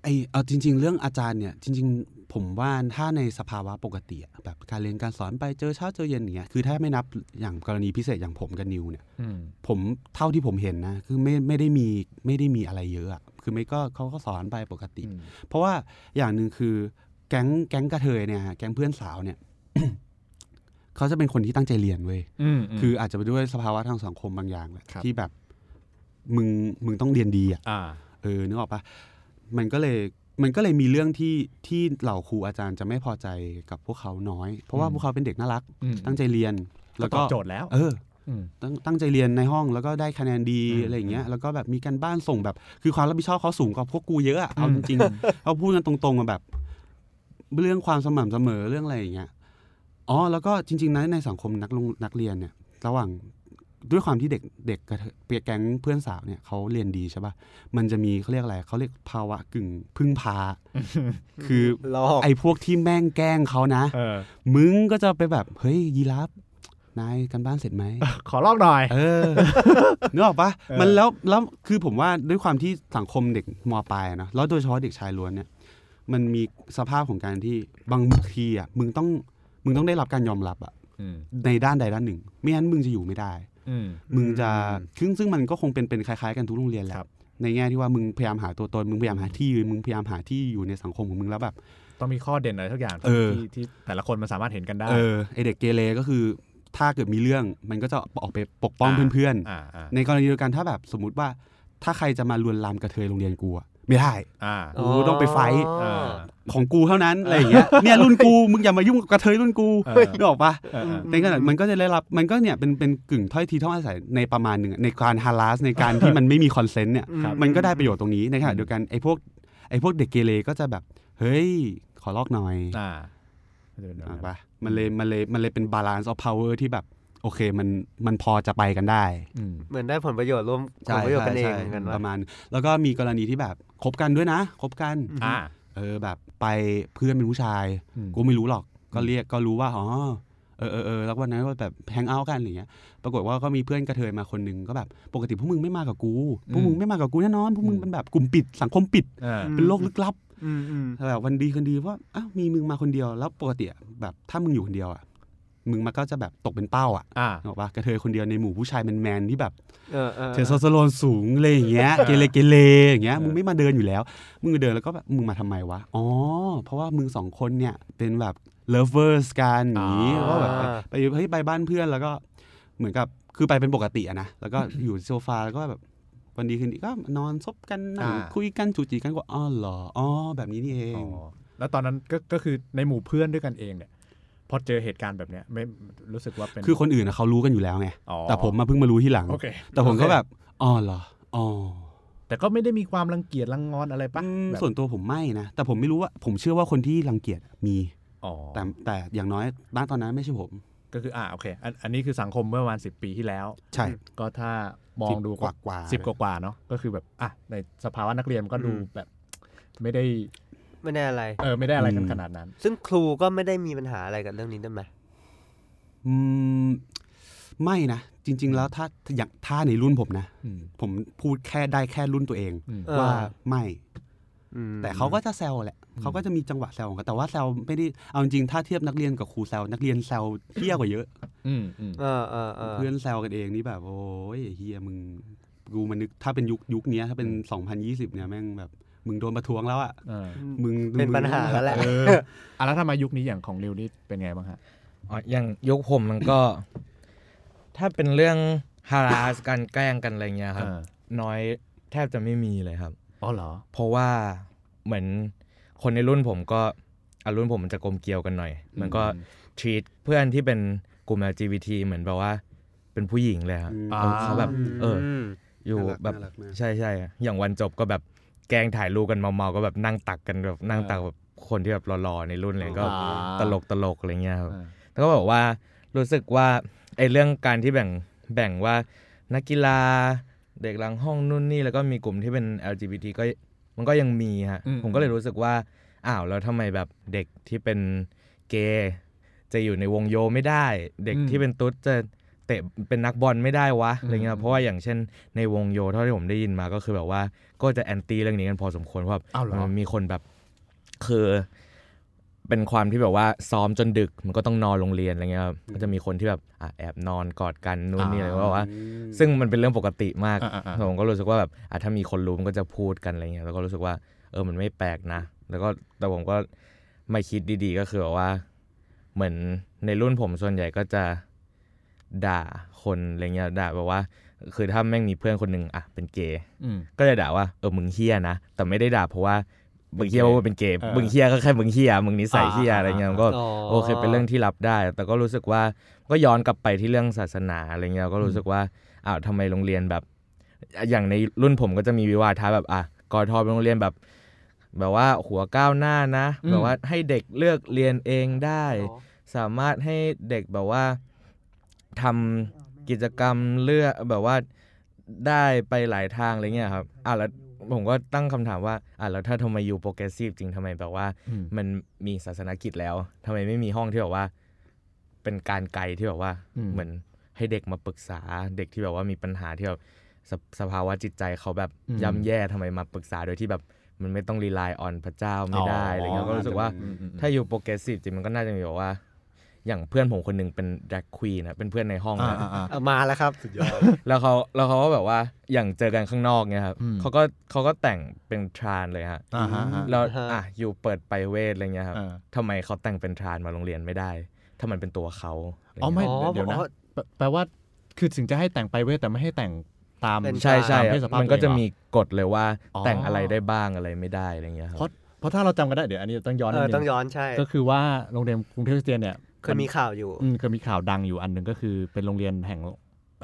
F: ไอเอาจริง ๆ เรื่องอาจารย์เนี่ยจริง ๆ ผมว่าถ้าในสภาวะปกติอะแบบการเรียนการสอนไปเจอเช้าเจอเย็นอย่างเงี้ยคือถ้าไม่นับอย่างกรณีพิเศษอย่างผมกับนิวเนี่ย
A: อืม
F: ผมเท่าที่ผมเห็นนะ คือไม่ไม่ได้มีไม่ได้มีอะไรเยอะอะคือไม่ก็เขาก็สอนไปปกติ
A: อืม
F: เพราะว่าอย่างหนึ่งคือแก๊งแก๊งกระเทยเนี่ยฮะแก๊งเพื่อนสาวเนี่ย [coughs] เขาจะเป็นคนที่ตั้งใจเรียนเว้ย
A: อืม
F: คืออาจจะไปด้วยสภาวะทางสังคมบางอย่างแหละ
A: ครับ
F: ที่แบบมึงมึงต้องเรียนดีอ่ะ
A: อ่า
F: เออนึกออกปะมันก็เลยมันก็เลยมีเรื่องที่ที่เหล่าครูอาจารย์จะไม่พอใจกับพวกเขาน้อย เพราะว่า
A: อืม
F: พวกเขาเป็นเด็กน่ารัก
A: อืม
F: ตั้งใจเรียน แล้ว
A: ต
F: ก็
A: อบโจทย์แล้ว
F: เออ
A: อืม
F: ตั้งตั้งใจเรียนในห้องแล้วก็ได้คะแนนดี
A: อืม
F: อะไรอย่างเงี้ยแล้วก็แบบมีการบ้านส่งแบบ คือความรับผิดชอบเขาสูงกว่าพวกกูเยอะอะเอาจริงๆเอาพูดกันตรงๆมาแบบ เรื่องความสม่ำเสมอเรื่องอะไรอย่างเงี้ยอ๋อแล้วก็จริงๆนะในสังคมนักลงนักเรียนเนี่ย ระหว่างด้วยความที่เด็กเด็กกระเทเปียแก๊งเพื่อนสาวเนี่ยเขาเรียนดีใช่ป่ะมันจะมีเขาเรียกอะไรเขาเรียกภาวะกึ่งพึ่ง
A: [laughs]
F: พา คือ
D: หลอก
F: ไอ้พวกที่แม่งแกล้งเขานะ
A: เออ
F: มึงก็จะไปแบบเฮ้ยยีราฟนายกันบ้านเสร็จไหม
A: ขอลอกหน่อย [laughs]
F: เออ นึกออกปะ
A: เออ
F: มันแล้วแล้วคือผมว่าด้วยความที่สังคมเด็กมปลายอะนะแล้วโดยเฉพาะเด็กชายล้วนเนี่ย มันมีสภาพของการที่บางทีอ่ะมึงต้องมึงต้องได้รับการยอมรับอ่ะ
A: อืม
F: ในด้านใดด้านหนึ่ง ไม่งั้นมึงจะอยู่ไม่ได้
A: อืม
F: มึงจะซึ่งซึ่งมันก็คงเป็นเป็นคล้ายๆกันทุกโรงเรียนแหละ
A: ครับ
F: ในแง่ที่ว่ามึงพยายามหาตัวตนมึงพยายามหาที่ยืนมึงพยายามหาที่อยู่ในสังคมของมึงแล้วแบบ
A: ต้องมีข้อเด่นอะไรสักอย่าง
F: เออ
A: ที่ที่แต่ละคนมันสามารถเห็นกันได้
F: เออไอเด็กเกเรก็คือถ้าเกิดมีเรื่องมันก็จะออกไปปกป้อง
A: อ่า
F: เพื่อน
A: อ่าอ่า
F: ๆ ในกรณีเดียวกันถ้าแบบสมมติว่าถ้าใครจะมาลวนลามกระเทยโรงเรียนกูอะไม่ได้
A: อ่า
F: กูต้องไปไฟท์
A: เออ
F: ของกูเท่านั้นอะไรอย่างเงี้ย [laughs] เนี่ยรุ่นกูมึงอย่ามายุ่งกับกระเทยรุ่นกู
A: เออ
F: นึกออกปะ
A: เออเออ
F: ในขณะมันก็จะได้รับมันก็เนี่ยเป็นเป็นกึ่งถ้อยทีถ้อยอาศัยในประมาณหนึ่งอะในการฮาร์สในการที่มันไม่มีคอนเซนต์เนี่ย
A: ครับ
F: มันก็ได้ประโยชน์ตรงนี้ในขณะเดียวกันไอ้พวกไอ้พวกเด็กเกเรก็จะแบบ เฮ้ย ขอลอกหน่อย
A: อ่าก็จะเป็นแบบ
F: ถูก
A: นั้น
F: ปะมันเลยมันเลยมันเลยเป็นบาลานซ์ออฟพาวเวอร์ที่แบบ โอเคมันมันพอจะไปกันได้
A: อืม
D: เหมือนได้ผลประโยชน์ร่วมผ
F: ใช่
D: ลประโยชน์กันเองเห
F: ใช่
D: มือนกัน
F: ป
D: ว่า
F: ระมาณ แล้วก็มีกรณีที่แบบคบกันด้วยนะคบกัน
D: อืม
A: อ่า
F: เออแบบไปเพื่อนเป็นผู้ชาย
A: อืม
F: กูไม่รู้หรอก ก็เรียกก็รู้ว่า อ๋อ เออเออเออแล้ววันนั้นก็แบบแฮงเอาท์กันอะไรเงี้ย ปรากฏว่าก็มีเพื่อนกระเทยมาคนหนึ่งก็แบบ ปกติพวกมึงไม่มากับกู พวกมึงไม่มากับกูแน่นอน พวกมึง
A: อืม
F: เป็นแบบกลุ่มปิด สังคมปิด
A: อ่า
F: เป็นโลกลึกลับ
D: อืมอืม
F: แต่แบบวันดีคืนดีว่า อ้าว มีมึงมาคนเดียว แล้วปกติอะแบบถ้ามึงอยู่คนเดียวอ่ะ มึงมันก็จะแบบตกเป็นเป้าอ่ะ
A: อ่า
F: นึกออกปะกระเทยคนเดียวในหมู่ผู้ชายแมนๆที่แบบ
D: เออเออ
F: เทสโทสเตอโรนสูงเลยอย่างเงี้ย เกเรเกเรอย่างเงี้ย
A: เออ
F: มึงไม่มาเดินอยู่แล้ว มึงเดินแล้วก็แบบมึงมาทำไมวะ อ๋อ เพราะว่ามึงสองคนเนี่ยเป็นแบบ lovers กันอย่างนี้
A: อ่า
F: ก็แบบไปไปเฮ้ยไปบ้านเพื่อนแล้วก็เหมือนกับคือไปเป็นปกติอะนะ แล้วก็ อยู่โซฟาแล้วก็แบบวันดีคืนดีก็นอนซบกันนั่ง
A: อ่า
F: คุยกันจูจีกันก็อ๋อเหรออ๋อแบบนี้นี่เอง
A: อ๋อแล้วตอนนั้นก็ก็คือในหมู่เพื่อนด้วยกันเองเนี่ยพอเจอเหตุการณ์แบบเนี้ยไม่รู้สึกว่าเป็น
F: คือคนอื่นอะเขารู้กันอยู่แล้วไง
A: อ๋อ
F: แต่ผมมาเพิ่งมารู้ทีหลัง
A: โอเค
F: แต่ผมก็แบบอ๋อเหรออ๋อ
A: แต่ก็ไม่ได้มีความรังเกียจรังงอนอะไรปะ
F: อืม
A: แบบ
F: ส่วนตัวผมไม่นะ แต่ผมไม่รู้ว่าผมเชื่อว่าคนที่รังเกียจมี
A: อ๋อ
F: แต่แต่อย่างน้อยณตอนนั้นไม่ใช่ผม
A: ก็คืออ่าโอเคอันอันนี้คือสังคมเมื่อประมาณสิปีที่แล้ว
F: ใช่
A: ก็ถ้ามองดู
F: กว่ากว่า
A: สิบกว่ากว่าๆเนาะก็คือแบบอ่ะในสภาวะนักเรียนก็ดูแบบ ไม่ได้
D: ไม่ได้อะไร
A: เออไม่ได้อะไรกันขนาดนั้น
D: ซึ่งครูก็ไม่ได้มีปัญหาอะไรกับเรื่องนี้ด้วยไหม
F: อืมไม่นะ จริง ๆ แล้วถ้าอย่างถ้าในรุ่นผมนะ
A: อืม
F: ผมพูดแค่ได้แค่รุ่นตัวเอง
A: อืม
D: เออ
F: ว่าไม่
D: อืม
F: แต่เขาก็จะแซวแหละ
A: อืม
F: เขาก็จะมีจังหวะแซวของเขาแต่ว่าแซวไม่ได้เอาจริงๆถ้าเทียบนักเรียนกับครูแซวนักเรียนแซวเที่ยกว่าเยอะ
A: อืมอืม
D: เออเออเออ
F: เพื่อนแซวกันเองนี่แบบ โอ้ยเฮียมึงกูมันนึกถ้าเป็นยุคยุคเนี้ยถ้าเป็น 2020 เนี่ยแม่งแบบ มึงโดนประท้วงแล้วอะ
A: เอ
E: [laughs]
A: อ
F: มึง
D: เป็นปัญหาแล้วแหละ
A: เอออ่ะแล้วถ้ามายุคนี้อย่างของริวนี่เป็นไงบ้างฮะ
E: อ๋ออย่างยกผมมันก็ ถ้าเป็นเรื่องฮาราสการแกล้งกันอะไรเงี้ยครับ
A: เออ
E: น้อยแทบจะไม่มีเลยครับ
A: อ๋อเหรอ
E: เพราะว่าเหมือนคนในรุ่นผมก็อารุ่นผมมันจะกลมเกลียวกันหน่อย มันก็
A: อืม
E: treat เพื่อนที่เป็นกลุ่ม LGBT เหมือนแบบว่า เป็นผู้หญิงเลยครับ
A: อ่า
E: เขาแบบ เออ
D: ม
E: อยู่
F: น่ารัก
E: แบบ
F: น่ารักมาก
E: ใช่ใช่อะอย่างวันจบก็แบบแกล้งถ่ายรูปกันเมาๆก็แบบนั่งตักกันแบบนั่งตักแบบคนที่แบบรอๆในรุ่นเลยก็
A: อ่า
E: ตลกตลกๆอะไรเงี้ยครับ
A: อ่า
E: แล้วก็บอกว่ารู้สึกว่าไอ้เรื่องการที่แบ่งแบ่งว่านักกีฬาเด็กหลังห้องนู่นนี่แล้วก็มีกลุ่มที่เป็น LGBT ก็มันก็ยังมีฮะ
A: อืม
E: ผมก็เลยรู้สึกว่าอ้าวแล้วทำไมแบบเด็กที่เป็นเกย์จะอยู่ในวงโยไม่ได้ เด็กที่เป็นตุ๊ดจะเตะเป็นนักบอลไม่ได้วะอะไรเงี้ยเพราะว่าอย่างเช่นในวงโยเท่าที่ผมได้ยินมาก็คือแบบว่าก็จะแอนตี้เรื่องนี้กันพอสมควรเพราะแบบ
A: อ้าวเหรอ
E: มันมีคนแบบคือเป็นความที่แบบว่าซ้อมจนดึกมันก็ต้องนอนโรงเรียนอะไรเงี้ยครับก็จะมีคนที่แบบอ่ะแอบนอนกอดกันนู่นนี่อะไรก็บอกว่า ซึ่งมันเป็นเรื่องปกติมาก
A: อ่าอ่าอ่า
E: ผมก็รู้สึกว่าแบบอ่ะถ้ามีคนรู้มันก็จะพูดกันอะไรเงี้ย แล้วก็รู้สึกว่า เออ มันไม่แปลกนะ แล้วก็แต่ผมก็ไม่คิดดีๆ ก็คือแบบว่า เหมือนในรุ่นผมส่วนใหญ่ก็จะด่าคนอะไรเงี้ย ด่าแบบว่า คือถ้าแม่งมีเพื่อนคนหนึ่งอ่ะ เป็นเกย์
A: อืม
E: ก็จะด่าว่า เออ มึงเฮี้ยนะ แต่ไม่ได้ด่าเพราะว่า มึงเฮี้ยว่าเป็นเกย์
A: เออ
E: มึงเฮี้ยก็แค่มึงเฮี้ย มึงนิสัยเฮี้ย
A: อ่า
E: อะไรเงี้ยมันก็ โอเคเป็นเรื่องที่รับได้ แต่ก็รู้สึกว่าก็ย้อนกลับไปที่เรื่องศาสนาอะไรเงี้ยก็รู้สึกว่าอ้าวทำไมโรงเรียนแบบ อย่างในรุ่นผมก็จะมีวิวาทะแบบอ่ะกอทอเป็นโรงเรียนแบบ แบบว่าหัวก้าวหน้านะ
A: อืม
E: แบบว่าให้เด็กเลือกเรียนเองได้
D: อ๋อ
E: สามารถให้เด็กแบบว่าทำกิจกรรมเลือกแบบว่าได้ไปหลายทางอะไรเงี้ยครับอ่ะแล้วผมก็ตั้งคำถามว่าอ่ะแล้วถ้าทำไมอยู่โปรเกรสซีฟจริงทำไมแบบว่า
A: อืม
E: มันมีศาสนกิจแล้วทำไมไม่มีห้องที่แบบว่า เป็นการไกลที่แบบว่า
A: อืม
E: เหมือนให้เด็กมาปรึกษาเด็กที่แบบว่ามีปัญหาที่แบบสภสภาวะจิตใจเขาแบบย่ำแย่ทำไมมาปรึกษาโดยที่แบบมันไม่ต้องรีไลน์ออนพระเจ้าไม่ได้อะไรเงี้ยก็รู้สึกว่า
A: อืมอืมอืม
E: ถ้าอยู่โปรเกรสซีฟจริงมันก็น่าจะมีแบบว่า อย่างเพื่อนผมคนหนึ่งเป็นแดกควีนะเป็นเพื่อนในห้อง
A: อ่า
E: นะ
A: อ่าอ่า
D: เอามาแล้วครับ
F: สุดยอด
E: แล้วเขาแล้วเขาก็แบบว่าอย่างเจอกันข้างนอกเนี่ยครับ
A: อืม
E: เขาก็เขาก็แต่งเป็นทรานเลยฮะ
A: อ่าฮะฮะ
E: แล้ว
D: อ่าฮะ
E: อ่ะอยู่เปิดไปเวทอะไรเงี้ยครับ
A: อ่า
E: ทำไมเขาแต่งเป็นทรานมาโรงเรียนไม่ได้ ถ้ามันเป็นตัวเขา
A: อ๋อไม่
D: อ๋อ
A: เดี๋ยวนะ
D: อ๋อ
A: แปลแปลว่าคือถึงจะให้แต่งไปเวทแต่ไม่ให้แต่งตาม
D: เป็น
E: ใช่ใช่
A: ตาม
E: อะ
A: เพศสภาพ
E: มันก็
A: ตัวเอง
E: จะ
A: เหรอ
E: มีกฎเลยว่า
A: อ๋อ
E: แต่งอะไรได้บ้างอะไรไม่ได้อะไรเงี้ยครับ
A: เพราะเพราะถ้าเราจำกันได้เดี๋ยวอันนี้ต้องย้อน
D: เอ
A: นิด
D: อ
A: นึ
D: ต้องย้อนใช่
A: ก็คือว่าโรงเรียนกรุงเทพคริสเตียนเนี่ย
D: เคยมีข่าวอยู่
A: อืมเคยมีข่าวดังอยู่อันหนึ่งก็คือเป็นโรงเรียนแห่ง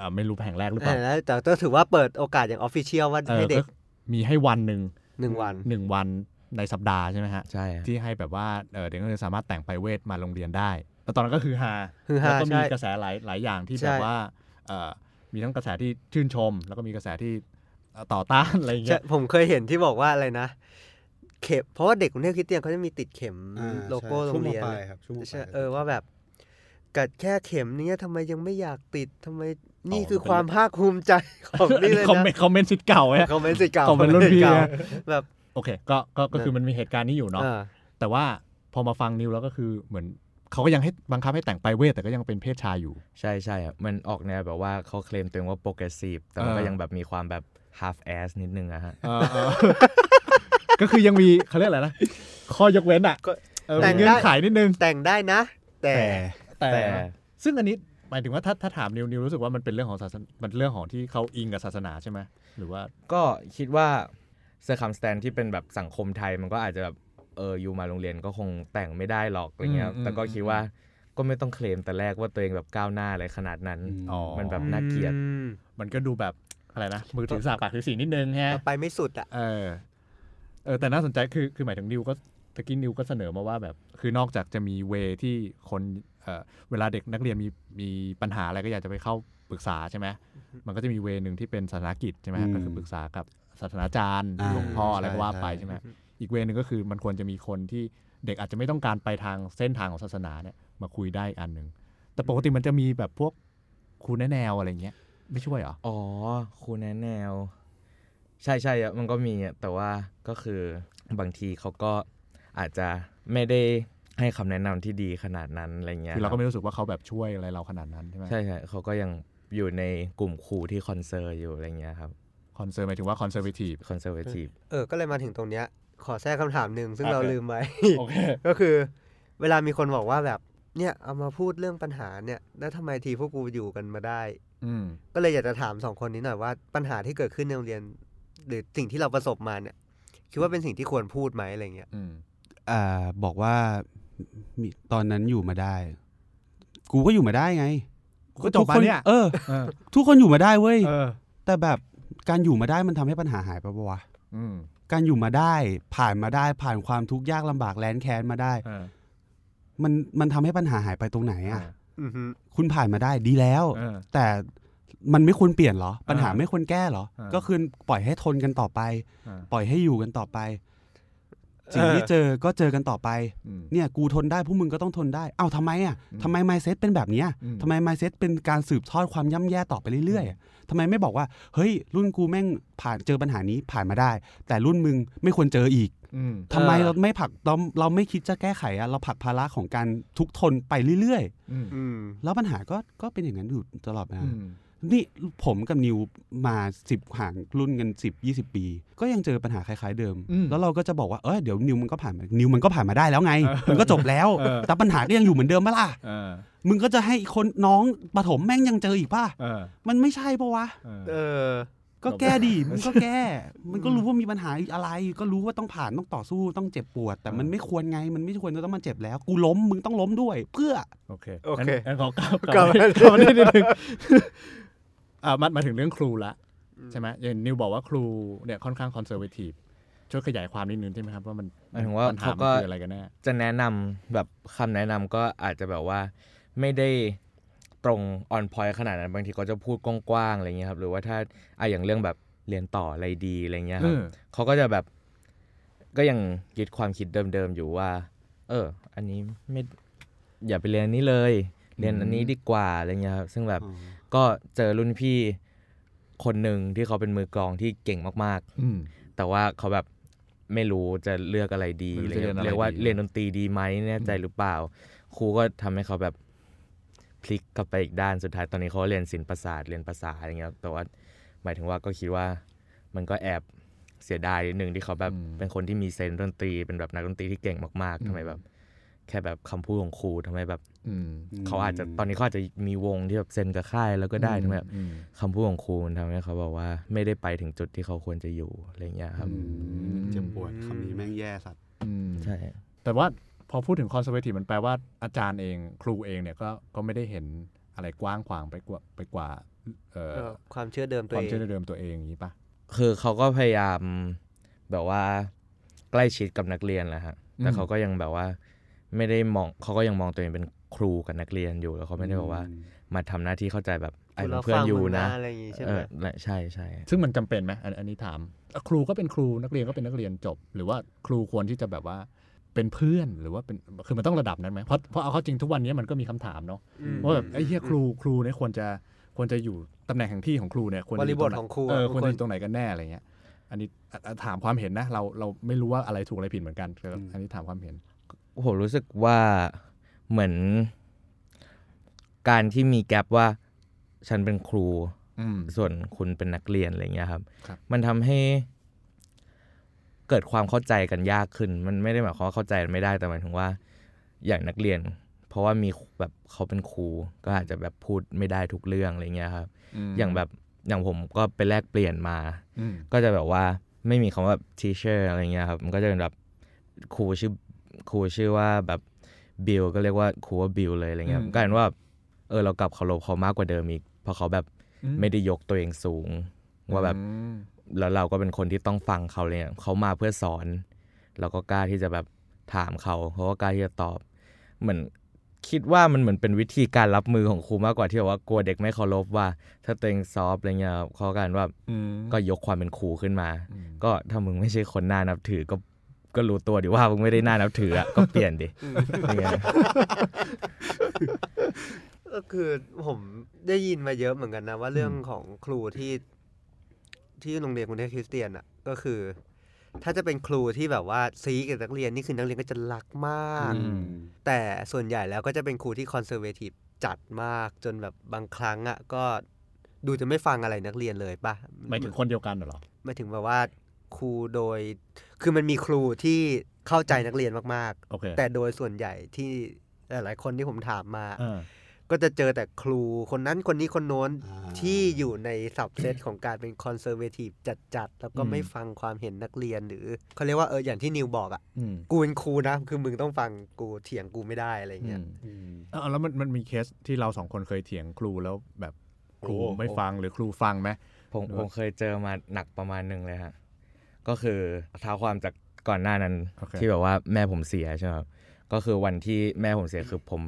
A: อ่าไม่รู้แห่งแรกหรือเป
D: เอ
A: ล่า
D: อแล้วแต่ก็ถือว่าเปิดโอกาสอย่างออฟฟิเชียลว่า
A: เอ
D: ให้
A: อ
D: เด็
A: ก็
D: ก
A: มีให้วันหนึ่ง
D: หนึ่งวัน
A: หนึ่งวันในสัปดาห์ใช่ไหมฮะ
E: ใช่ฮะ
A: ที่ให้แบบว่าเอ่อเด็กนักเรียนสามารถแต่งไปเวทมาโรงเรียนได้แล้วตอนนั้นก็คือฮา
D: ฮือฮา
A: แล้วก็มี
D: ใช่
A: กระแสหลายหลายอย่างที่
D: ใช่
A: แบบว่าเอ่อมีทั้งกระแสที่ชื่นชม แล้วก็มีกระแสที่เอ่อต่อต้าน อะไรอย่าง
D: ใช่
A: เงี้ย
D: ผมเคยเห็นที่บอกว่าอะไรนะ เข็มเพราะว่าเด็กกรุงเทพคริสเตียนเขาจะมีติดเข็ม
F: อ่า
D: โลโก้โร
F: ใช่
D: ง
F: ช่ว
D: เรียน
F: มปลา
D: เลย
F: ครับช่วงมปลาย
D: ใช่เออว่าแบบกัดแค่เข็มเนี้ยทำไมยังไม่อยากติดทำไมนี่
A: อ๋อ
D: คือความภาคภูมิใจของนี่เลย
A: [laughs] คอม
D: นะ
A: เมนต์คอมเมนต์ชิดเก่าไว้
D: คอมเมนต์สิเก่า
A: คอมเมนต์รุ่นพี่
D: เก่า
A: นะ
D: แบบ
A: โอเคก็ก็ก็คือมันมีเหตุการณ์นี้อยู่เนาะ
D: อ่า
A: แต่ว่าพอมาฟังนิวแล้วก็คือเหมือนเขาก็ยังให้บังคับให้แต่งไปเวทแต่ก็ยังเป็นเพศชายอยู่
E: ใช่ใช่อะมันออกแนวแบบว่าเขาเคลมตัวเองว่าโปรเกรสซีฟแต่มั
A: เอ
E: น
A: อ
E: ก็ยังแบบมีความแบบ half ass นิดนึงอะฮะ
A: เอ [laughs] อเออ ก็คือยังมีเขาเรียกอะไรนะข้อยกเว้นอ่ะ
D: ก็
A: เออ
D: แต่
A: มี
D: งได้
A: เงื่อนไขนิดนึง
D: แต่งได้นะ แต่
F: แต่
A: แต่
E: แต่
A: ซึ่งอันนี้หมายถึงว่าถ้าถ้าถามนิวนิวรู้สึกว่ามันเป็นเรื่องของศาสนามันเรื่องของที่เขาอิงกับศาสนาใช่ไหมหรือว่า
E: ก็คิดว่าเซอร์คัมสแตนที่เป็นแบบสังคมไทยมันก็อาจจะแบบเอออยู่มาโรงเรียนก็คงแต่งไม่ได้หรอกอะไรเงี้ย
A: อืมอืม
E: แต่ก็คิดว่าก็ไม่ต้องเคลมแต่แรกว่าตัวเองแบบก้าวหน้าอะไรขนาดนั้น
A: อ๋อ
E: มันแบบน่าเกลียด
D: อืม
A: มันก็ดูแบบอะไรนะมือถือสาปากถือสีนิดนึงฮะ
D: ไปไม่สุดอ่ะ
A: เออเออแต่น่าสนใจคือคือหมายถึงนิวก็ตะกี้นิวก็เสนอมาว่าแบบ คือนอกจากจะมีเวที่คนเออเวลาเด็กนักเรียนมีมีปัญหาอะไรก็อยากจะไปเข้าปรึกษาใช่ไหมมันก็จะมีเวหนึ่งที่เป็นศาสนากิจใช่ไหมฮะ
F: อืม
A: ก็คือปรึกษากับศาสนาจารย์
F: อ่า
A: หลวงพ่ออะไร
F: ใช่
A: ก็ว่าไป
F: ใช่
A: ใช่ไหม อีกเวนึงก็คือมันควรจะมีคนที่เด็กอาจจะไม่ต้องการไปทางเส้นทางของศาสนาเนี่ยมาคุยได้อีกอันหนึ่งแต่ปกติมันจะมีแบบพวกครูแนะแนวอะไรเงี้ย ไม่ช่วยเหรอ
E: อ๋อครูแนะแนว ใช่ใช่อะมันก็มีอะแต่ว่าก็คือบางทีเขาก็อาจจะไม่ได้ให้คำแนะนำที่ดีขนาดนั้นอะไรเงี้ย
A: คือเรา
E: ค
A: ก็
E: บ
A: ไม่รู้สึกว่าเขาแบบช่วยอะไรเราขนาดนั้นใช่ไหม
E: ใช่ใช่เขาก็ยังอยู่ในกลุ่มครูที่คอนเซอร์อยู่อะไรเงี้ยครับ
A: คอนเซอร์หมายถึงว่าคอนเซอร์วทีฟ
E: คอนเซอร์เวทีฟ
D: เออ ก็เลยมาถึงตรงเนี้ย ขอแทรกคำถามหนึ่งซึ่ง
A: อ่ะ
D: เรา
A: ครับ
D: ลืมไว้
A: โอเค
D: ก็คือ เวลามีคนบอกว่าแบบ เนี่ย เอามาพูดเรื่องปัญหาเนี่ย แล้วทำไมทีพวกกูอยู่กันมาได้
A: อืม
D: ก็เลยอยากจะถามสองคนนี้หน่อยว่าปัญหาที่เกิดขึ้นในโรงเรียน หรือสิ่งที่เราประสบมาเนี่ย คิดว่าเป็นสิ่งที่ควรพูดไหมอะไรเงี้ย
A: อืม
F: อ่าบอกว่ามีตอนนั้นอยู่มาได้ กูก็อยู่มาได้ไง
A: กูก็จบมาเนี่ย
F: ทุกคเออ
A: เออ
F: ทุกคนอยู่มาได้เว้ย
A: เออ
F: แต่แบบการอยู่มาได้มันทำให้ปัญหาหายไปปะวะ
A: อืม
F: การอยู่มาได้ผ่านมาได้ผ่านความทุกข์ยากลำบากแร้นแค้นมาได้
A: เออ
F: มันมันทำให้ปัญหาหายไปตรงไหน
A: เอ
F: อ่ะ
A: อ
D: อือฮึ
F: คุณผ่านมาได้ดีแล้ว
A: เออ
F: แต่มันไม่ควรเปลี่ยนเหรอ ปัญหา
A: เออ
F: ไม่ควรแก้เหรอ
A: เออ
F: ก็คือปล่อยให้ทนกันต่อไป
A: เออ
F: ปล่อยให้อยู่กันต่อไปสิ่งที่เจอก็เจอกันต่อไป
A: อืม
F: เนี่ยกูทนได้พวกมึงก็ต้องทนได้ เอ้าทำไมอ่ะทำไมไมเซ็ตเป็นแบบเนี้ย
A: อืม
F: ทำไมไมเซ็ตเป็นการสืบทอดความย่ำแย่ต่อไปเรื่อยๆอะทำไมไม่บอกว่า เฮ้ย รุ่นกูแม่งผ่านเจอปัญหานี้ผ่านมาได้ แต่รุ่นมึงไม่ควรเจออีก
A: อืม
F: ทำไมเราไม่ผลักเราเราไม่คิดจะแก้ไขอ่ะเราผลักภาระของการทุกข์ทนไปเรื่อย
A: อืม
D: อืม
F: ๆ แล้วปัญหาก็ก็เป็นอย่างนั้นอยู่ตลอดนะ
A: อืม
F: นี่ผมกับนิวมาสิบห่างรุ่นกันสิบยี่สิบปี ก็ยังเจอปัญหาคล้ายๆเดิม
A: อืม
F: แล้วเราก็จะบอกว่า เออเดี๋ยวนิวมันก็ผ่านมานิวมันก็ผ่านมาได้แล้วไง
A: เออ
F: มันก็จบแล้ว
A: เออ
F: แต่ปัญหาก็ยังอยู่เหมือนเดิมปะล่ะ
A: เออ
F: มึงก็จะให้คนน้องปฐมแม่งยังเจออีกป่ะ
A: เออ
F: มันไม่ใช่ปะวะ
A: เออ
D: เออ
F: ก็แก้
A: [laughs]
F: ดิ มึงก็แก้ มันก็รู้ว่ามีปัญหาอะไร ก็รู้ว่าต้องผ่านต้องต่อสู้ต้องเจ็บปวด แต่
A: เออ
F: มันไม่ควรไง มันไม่ควรจะต้องมาเจ็บแล้ว กูล้มมึงต้องล้มด้วย เพื่อ
A: โอเค
D: โอเค
A: งั้นงั้นขอกลับ
D: ก
A: ก
D: ลั
A: ลัมา
D: บบ มา
A: กลับ [laughs] มานิดนึงอ่ะมามาถึงเรื่องครูละ ใช่ไหมอย่างนิวบอกว่าครูเนี่ยค่อนข้างคอนเซอร์เวทีฟช่วยขยายความนิดนึงใช่ไหมครับ ว่ามัน
E: หมายถึงว่า
A: ปัญหา
E: เขา
A: มั
E: ก็
A: นคืออะไรกันแน่
E: จะแนะนำแบบคำแนะนำก็อาจจะแบบว่าไม่ได้ตรงออนพอยขนาดนั้นบางทีก็จะพูดกว้างๆอะไรเงี้ยครับหรือว่าถ้าอ่ะอย่างเรื่องแบบเรียนต่ออะไรดีอะไรเงี้ยครับ
A: อืม
E: เขาก็จะแบบก็ยังยึดความคิดเดิมๆอยู่ว่า เออ อันนี้ไม่อย่าไปเรียนอันนี้เลย เรียนอันนี้ดีกว่าอะไรเงี้ยครับซึ่งแบบ
F: อ๋อ
E: ก็เจอรุ่นพี่คนหนึ่งที่เขาเป็นมือกลองที่เก่งมากๆ
A: อืม
E: แต่ว่าเขาแบบไม่รู้จะเลือกอะไรดี
A: ไม่รู้
E: อะ
A: จะเรียน
E: ไร
A: อะไร
E: เรียกว่า
A: ดี
E: เรียนดนตรีดีไหมแน่ใจหรือเปล่า ครูก็ทำให้เขาแบบ พลิกกลับไปอีกด้านสุดท้ายตอนนี้เขาเรียนศิลปศาสตร์เรียนภาษาอะไรเงี้ยแต่ว่าหมายถึงว่าก็คิดว่ามันก็แอบเสียดายนิดนึงที่เขาแบบ
A: อืม
E: เป็นคนที่มีเซนส์ดนตรี เป็นแบบนักดนตรีที่เก่งมากๆทำไมแบบ แค่แบบคำพูดของครูทำไมแบบ
A: อืม
E: เขาอาจจะตอนนี้เขาอาจจะมีวงที่แบบเซ็นกับค่ายแล้วก็ได้ทำไมแบบ
A: อืม
E: คำพูดของครูมันทำให้เขาบอกว่าไม่ได้ไปถึงจุดที่เขาควรจะอยู่อะไรเงี้ยครับ
F: อืมเจ็บปวดคำนี้แม่งแย่สัตว์
A: อืม
E: ใช่
A: แต่ว่าพอพูดถึงคอนเซอร์เวทีฟมันแปลว่าอาจารย์เองครูเองเนี่ยก็ก็ไม่ได้เห็นอะไรกว้างขวางไปกว่าไปกว่าเอ่อ
D: เออความเชื่อเดิมตั
A: คว วาม
D: เอง
A: เชื่อเดิมตัวเองอย่างนี้ปะ
E: คือเขาก็พยายามแบบว่าใกล้ชิดกับนักเรียนแหละฮะแต่เขาก็ยังแบบว่าไม่ได้มองเขาก็ยังมองตัวเองเป็นครูกับนักเรียนอยู่แล้วเขาไม่ได้บอกว่ามาทำหน้าที่เข้าใจแบบไอ้
D: คุณ
E: เป็
D: เรา
E: นเพื่อน
D: ฟัง
E: อยู่
D: มึง
E: นะ
D: อะไรอย่างงี้ใช่
E: เอ
D: ไหม
E: อและใช่ใช่
A: ซึ่งมันจำเป็นไหมอันอันนี้ถามครูก็เป็นครูนักเรียนก็เป็นนักเรียนจบ หรือว่าครูควรที่จะแบบว่าเป็นเพื่อนหรือว่าเป็นคือมันต้องระดับนั้นไหมเพราะเพราะเอาเข้าจริงทุกวันนี้มันก็มีคำถามเนาะ
D: ม
A: ว่าแบบไอ้เหี้ยครูครูเนี่ยควรจะควรจะอยู่ตำแหน่งแห่งที่ของครูเนี่ยควรจะยู่
D: บริบท
A: ตไหน
D: ของครูอะ
A: เออควร
D: มันควร
A: จะอยู่ตรงไหนกันแน่อะไรเงี้ยอันนี้อ่ะอ่ะถามความเห็นนะเราเราไม่รู้ว่าอะไรถูกอะไรผิดเหมือนกันแต่อันนี้ถามความเห็น
E: ผมรู้สึกว่าเหมือน การที่มีแกลบว่าฉันเป็นครู
A: อืม
E: ส่วนคุณเป็นนักเรียนอะไรเงี้ยครับ
A: ครับ
E: มันทำให้เกิดความเข้าใจกันยากขึ้น มันไม่ได้หมายความว่าเข้าใจไม่ได้แต่หมายถึงว่า อย่างนักเรียน เพราะว่ามีแบบเขาเป็นครูก็อาจจะแบบพูดไม่ได้ทุกเรื่องอะไรเงี้ยครับ อย่างแบบอย่างผมก็ไปแลกเปลี่ยนมา
A: อืม
E: ก็จะแบบว่าไม่มีคำว่าแบบ teacher อะไรเงี้ยครับ มันก็จะเป็นแบบครูชื่อครูชื่อว่าแบบบิลก็เรียกว่าครูว่าบิลเลยอะไรเงี้ย
A: อืม
E: ก็เห็นว่าแบบเออเรากลับเคารพเขามากกว่าเดิมอีกเพราะเขาแบบ
A: อืม
E: ไม่ได้ยกตัวเองสูง ว่าแบบ
A: อืม
E: แล้วเราก็เป็นคนที่ต้องฟังเขาเลยอะเขามาเพื่อสอน เราก็กล้าที่จะแบบถามเขาเขาก็กล้าที่จะตอบ เหมือนคิดว่ามันเหมือนเป็นวิธีการรับมือของครูมากกว่าที่แบบว่ากลัวเด็กไม่เคารพว่า ถ้าตัวเองซอฟต์อะไรเงี้ยครับเขาการว่า ก็ยกความเป็นครูขึ้นมา
A: อืม
E: ก็ถ้ามึงไม่ใช่คนน่านับถือก็ก็รู้ตัวดิว่ามึงไม่ได้น่านับถืออะก็เปลี่ยนดิอย่างเงี้ย
D: ก็คือผมได้ยินมาเยอะเหมือนกันนะ ว่าเรื่องของครูที่ ที่โรงเรียนกรุงเทพคริสเตียนอ่ะ ก็คือ ถ้าจะเป็นครูที่แบบว่าซีกับนักเรียนนี่คือนักเรียนก็จะรักมาก
A: อืม
D: แต่ส่วนใหญ่แล้วก็จะเป็นครูที่คอนเซอร์เวทีฟจัดมากจนแบบบางครั้งอ่ะก็ดูจะไม่ฟังอะไรนักเรียนเลยปะ
A: หมายถึงคนเดียวกันเหรอ
D: หมายถึงแบบว่าครูโดย คือมันมีครูที่เข้าใจนักเรียนมาก
A: โอเค
D: ๆ แต่โดยส่วนใหญ่ที่หลายๆคนที่ผมถามมา
A: เออ
D: ก็จะเจอแต่ครูคนนั้นคนนี้คนโน้น
F: อ่า
D: ที่อยู่ในสับเซต ของการเป็นคอนเซอร์เวทีฟจัดๆ แล้วก็
A: อืม
D: ไม่ฟังความเห็นนักเรียนหรือเขาเรียกว่าเอออย่างที่นิวบอกอะ่ะ
A: อืม
D: กูเป็นครูนะ คือมึงต้องฟังกูเถียงกูไม่ได้อะไรเงี้ย
F: อืม
A: เออแล้วมันมันมีเคสที่เราสองคนเคยเถียงครูแล้วแบบครู
F: โอ้
A: ไม่ฟังหรือครูฟังไหม
E: ผม
A: หรือ
E: ผ
A: ว่า
E: มเคยเจอมาหนักประมาณหนึ่งเลยฮะ ก็คือเท้าความจากก่อนหน้านั้น
A: โอเค
E: ที่แบบว่าแม่ผมเสียใช่ไหมครับก็คือวันที่แม่ผมเสียคือผม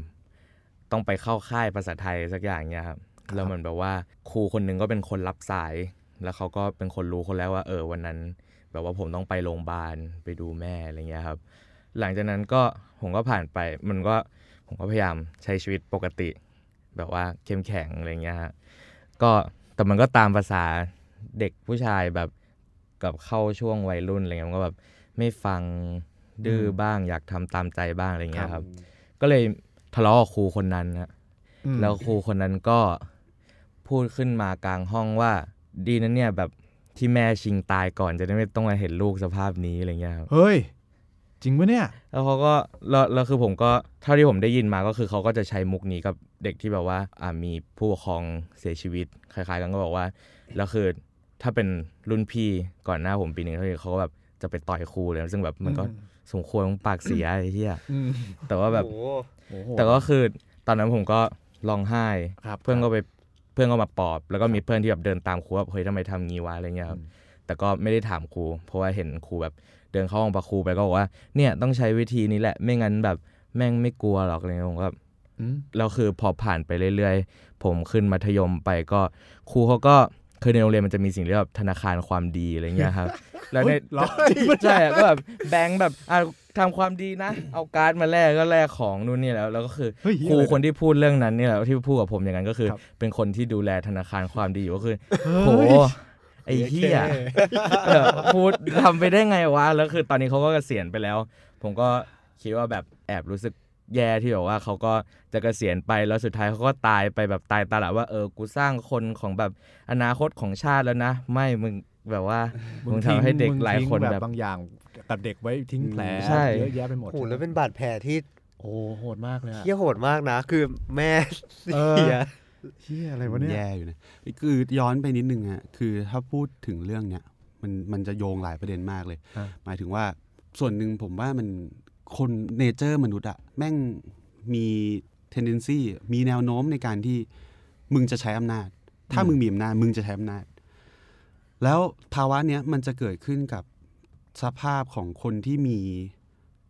E: ต้องไปเข้าค่ายภาษาไทยสักอย่างเนี้ยครับแล้วเหมือนแบบว่าครูคนหนึงก็เป็นคนรับสาย แล้วเขาก็เป็นคนรู้คนแรกว่า เออวันนั้น แบบว่าผมต้องไปโรงพยาบาลไปดูแม่อะไรเงี้ยครับ หลังจากนั้นก็ผมก็ผ่านไปมันก็ผมก็พยายามใช้ชีวิตปกติ แบบว่าเข้มแข็งอะไรเงี้ยฮะก็แต่มันก็ตามภาษาเด็กผู้ชายแบบกับเข้าช่วงวัยรุ่นอะไรเงี้ยมันก็แบบไม่ฟังดื้อบ้างอยากทำตามใจบ้างอะไรเงี้ยครับ ก็เลยทะเลาะกับครูคนนั้นนะ
A: อืม
E: แล้วครูคนนั้นก็พูดขึ้นมากลางห้องว่า ดีนะเนี่ยแบบที่แม่ชิงตายก่อนจะได้ไม่ต้องมาเห็นลูกสภาพนี้อะไรเงี้ยครับ
A: เฮ้ย จริงปะเนี่ย
E: แล้วเขาก็แล้วแล้วคือผมก็เท่าที่ผมได้ยินมาก็คือเขาก็จะใช้มุกนี้กับเด็กที่แบบว่าอ่ามีผู้ปกครองเสียชีวิตคล้ายๆกันก็บอกว่าแล้วคือถ้าเป็นรุ่นพี่ก่อนหน้าผมปีหนึ่งเขาเขาก็แบบจะไปต่อยครูเลยซึ่งแบบมันก็
A: อืม
E: สมควรปากเสียไอ้เหี้ย
A: อืม
E: แต่ว่าแบบ
D: โอ้โห
A: โอ้โห
E: แต่ก็คือตอนนั้นผมก็ร้องไห้
A: ครับ
E: เพื่อนก็ไปเพื่อนก็มาปลอบ แล้วก็มีเพื่อนที่แบบเดินตามครูว่าเฮ้ยทำไมทำงี้วะอะไรเงี้ยครับ
A: อืม
E: แต่ก็ไม่ได้ถามครู เพราะว่าเห็นครูแบบเดินเข้าห้องประครูไปก็บอกว่าเนี่ยต้องใช้วิธีนี้แหละไม่งั้นแบบแม่งไม่กลัวหรอกอะไรเงี้ยผมก็แบบ
A: อืม
E: แล้วคือพอผ่านไปเรื่อยๆ ผมขึ้นมัธยมไปก็ครูเขาก็คือในโรงเรียนมันจะมีสิ่งเรียกว่าธนาคารความดีอะไรเงี้ย
A: [laughs]
E: ครับ แล้วใน
A: เฮ้ยเหรอ
E: [laughs] ใช่อะก็แบบแบงค์แบบอ่ะทำความดีนะ เอาการ์ดมาแลกก็แลกของนู่นนี่แล้วแล้วก็คือ
A: เฮ้ย
E: ครู
A: อะไรนะ
E: คนที่พูดเรื่องนั้นเนี่ยแหละที่พูดกับผมอย่างนั้นก็คือ
A: ครับ
E: เป็นคนที่ดูแลธนาคารความดีอยู่ก็คือโหไอ้เหี้ย เออพูดทำไปได้ไงวะ แล้วคือตอนนี้เขาก็เกษียณไปแล้ว ผมก็คิดว่าแบบแอบรู้สึก แย่ที่แบบว่าเขาก็จะเกษียณไปแล้วสุดท้ายเขาก็ตายไปแบบตายตาหละว่าเออกูสร้างคนของแบบอนาคตของชาติแล้วนะ ไม่มึงแบบว่ามึงทำให้เด็กหลายคน
A: มึงทิ้ง
E: แบบ
A: บางอย่างกับเด็กไว้ทิ้งแผล
E: ใช่
A: เยอะแยะไปหมด
D: โอ้โหแล้วเป็นบาดแผลที่
A: โอ้โหดมากเลยอะ
D: เที่ยโหดมากนะ คือแม่
A: เออ
D: เสีย
A: เฮียอะไรวะเนี่ย
F: แย่อยู่นะคือย้อนไปนิดนึงอะคือถ้าพูดถึงเรื่องเนี้ยมันมันจะโยงหลายประเด็นมากเลย
A: ฮะ
F: หมายถึงว่าส่วนหนึ่งผมว่ามันคนเนเจอร์มนุษย์อะแม่งมี tendency มีแนวโน้มในการที่มึงจะใช้อำนาจ ถ้ามึงมีอำนาจมึงจะใช้อำนาจ แล้วภาวะเนี้ยมันจะเกิดขึ้นกับสภาพของคนที่มี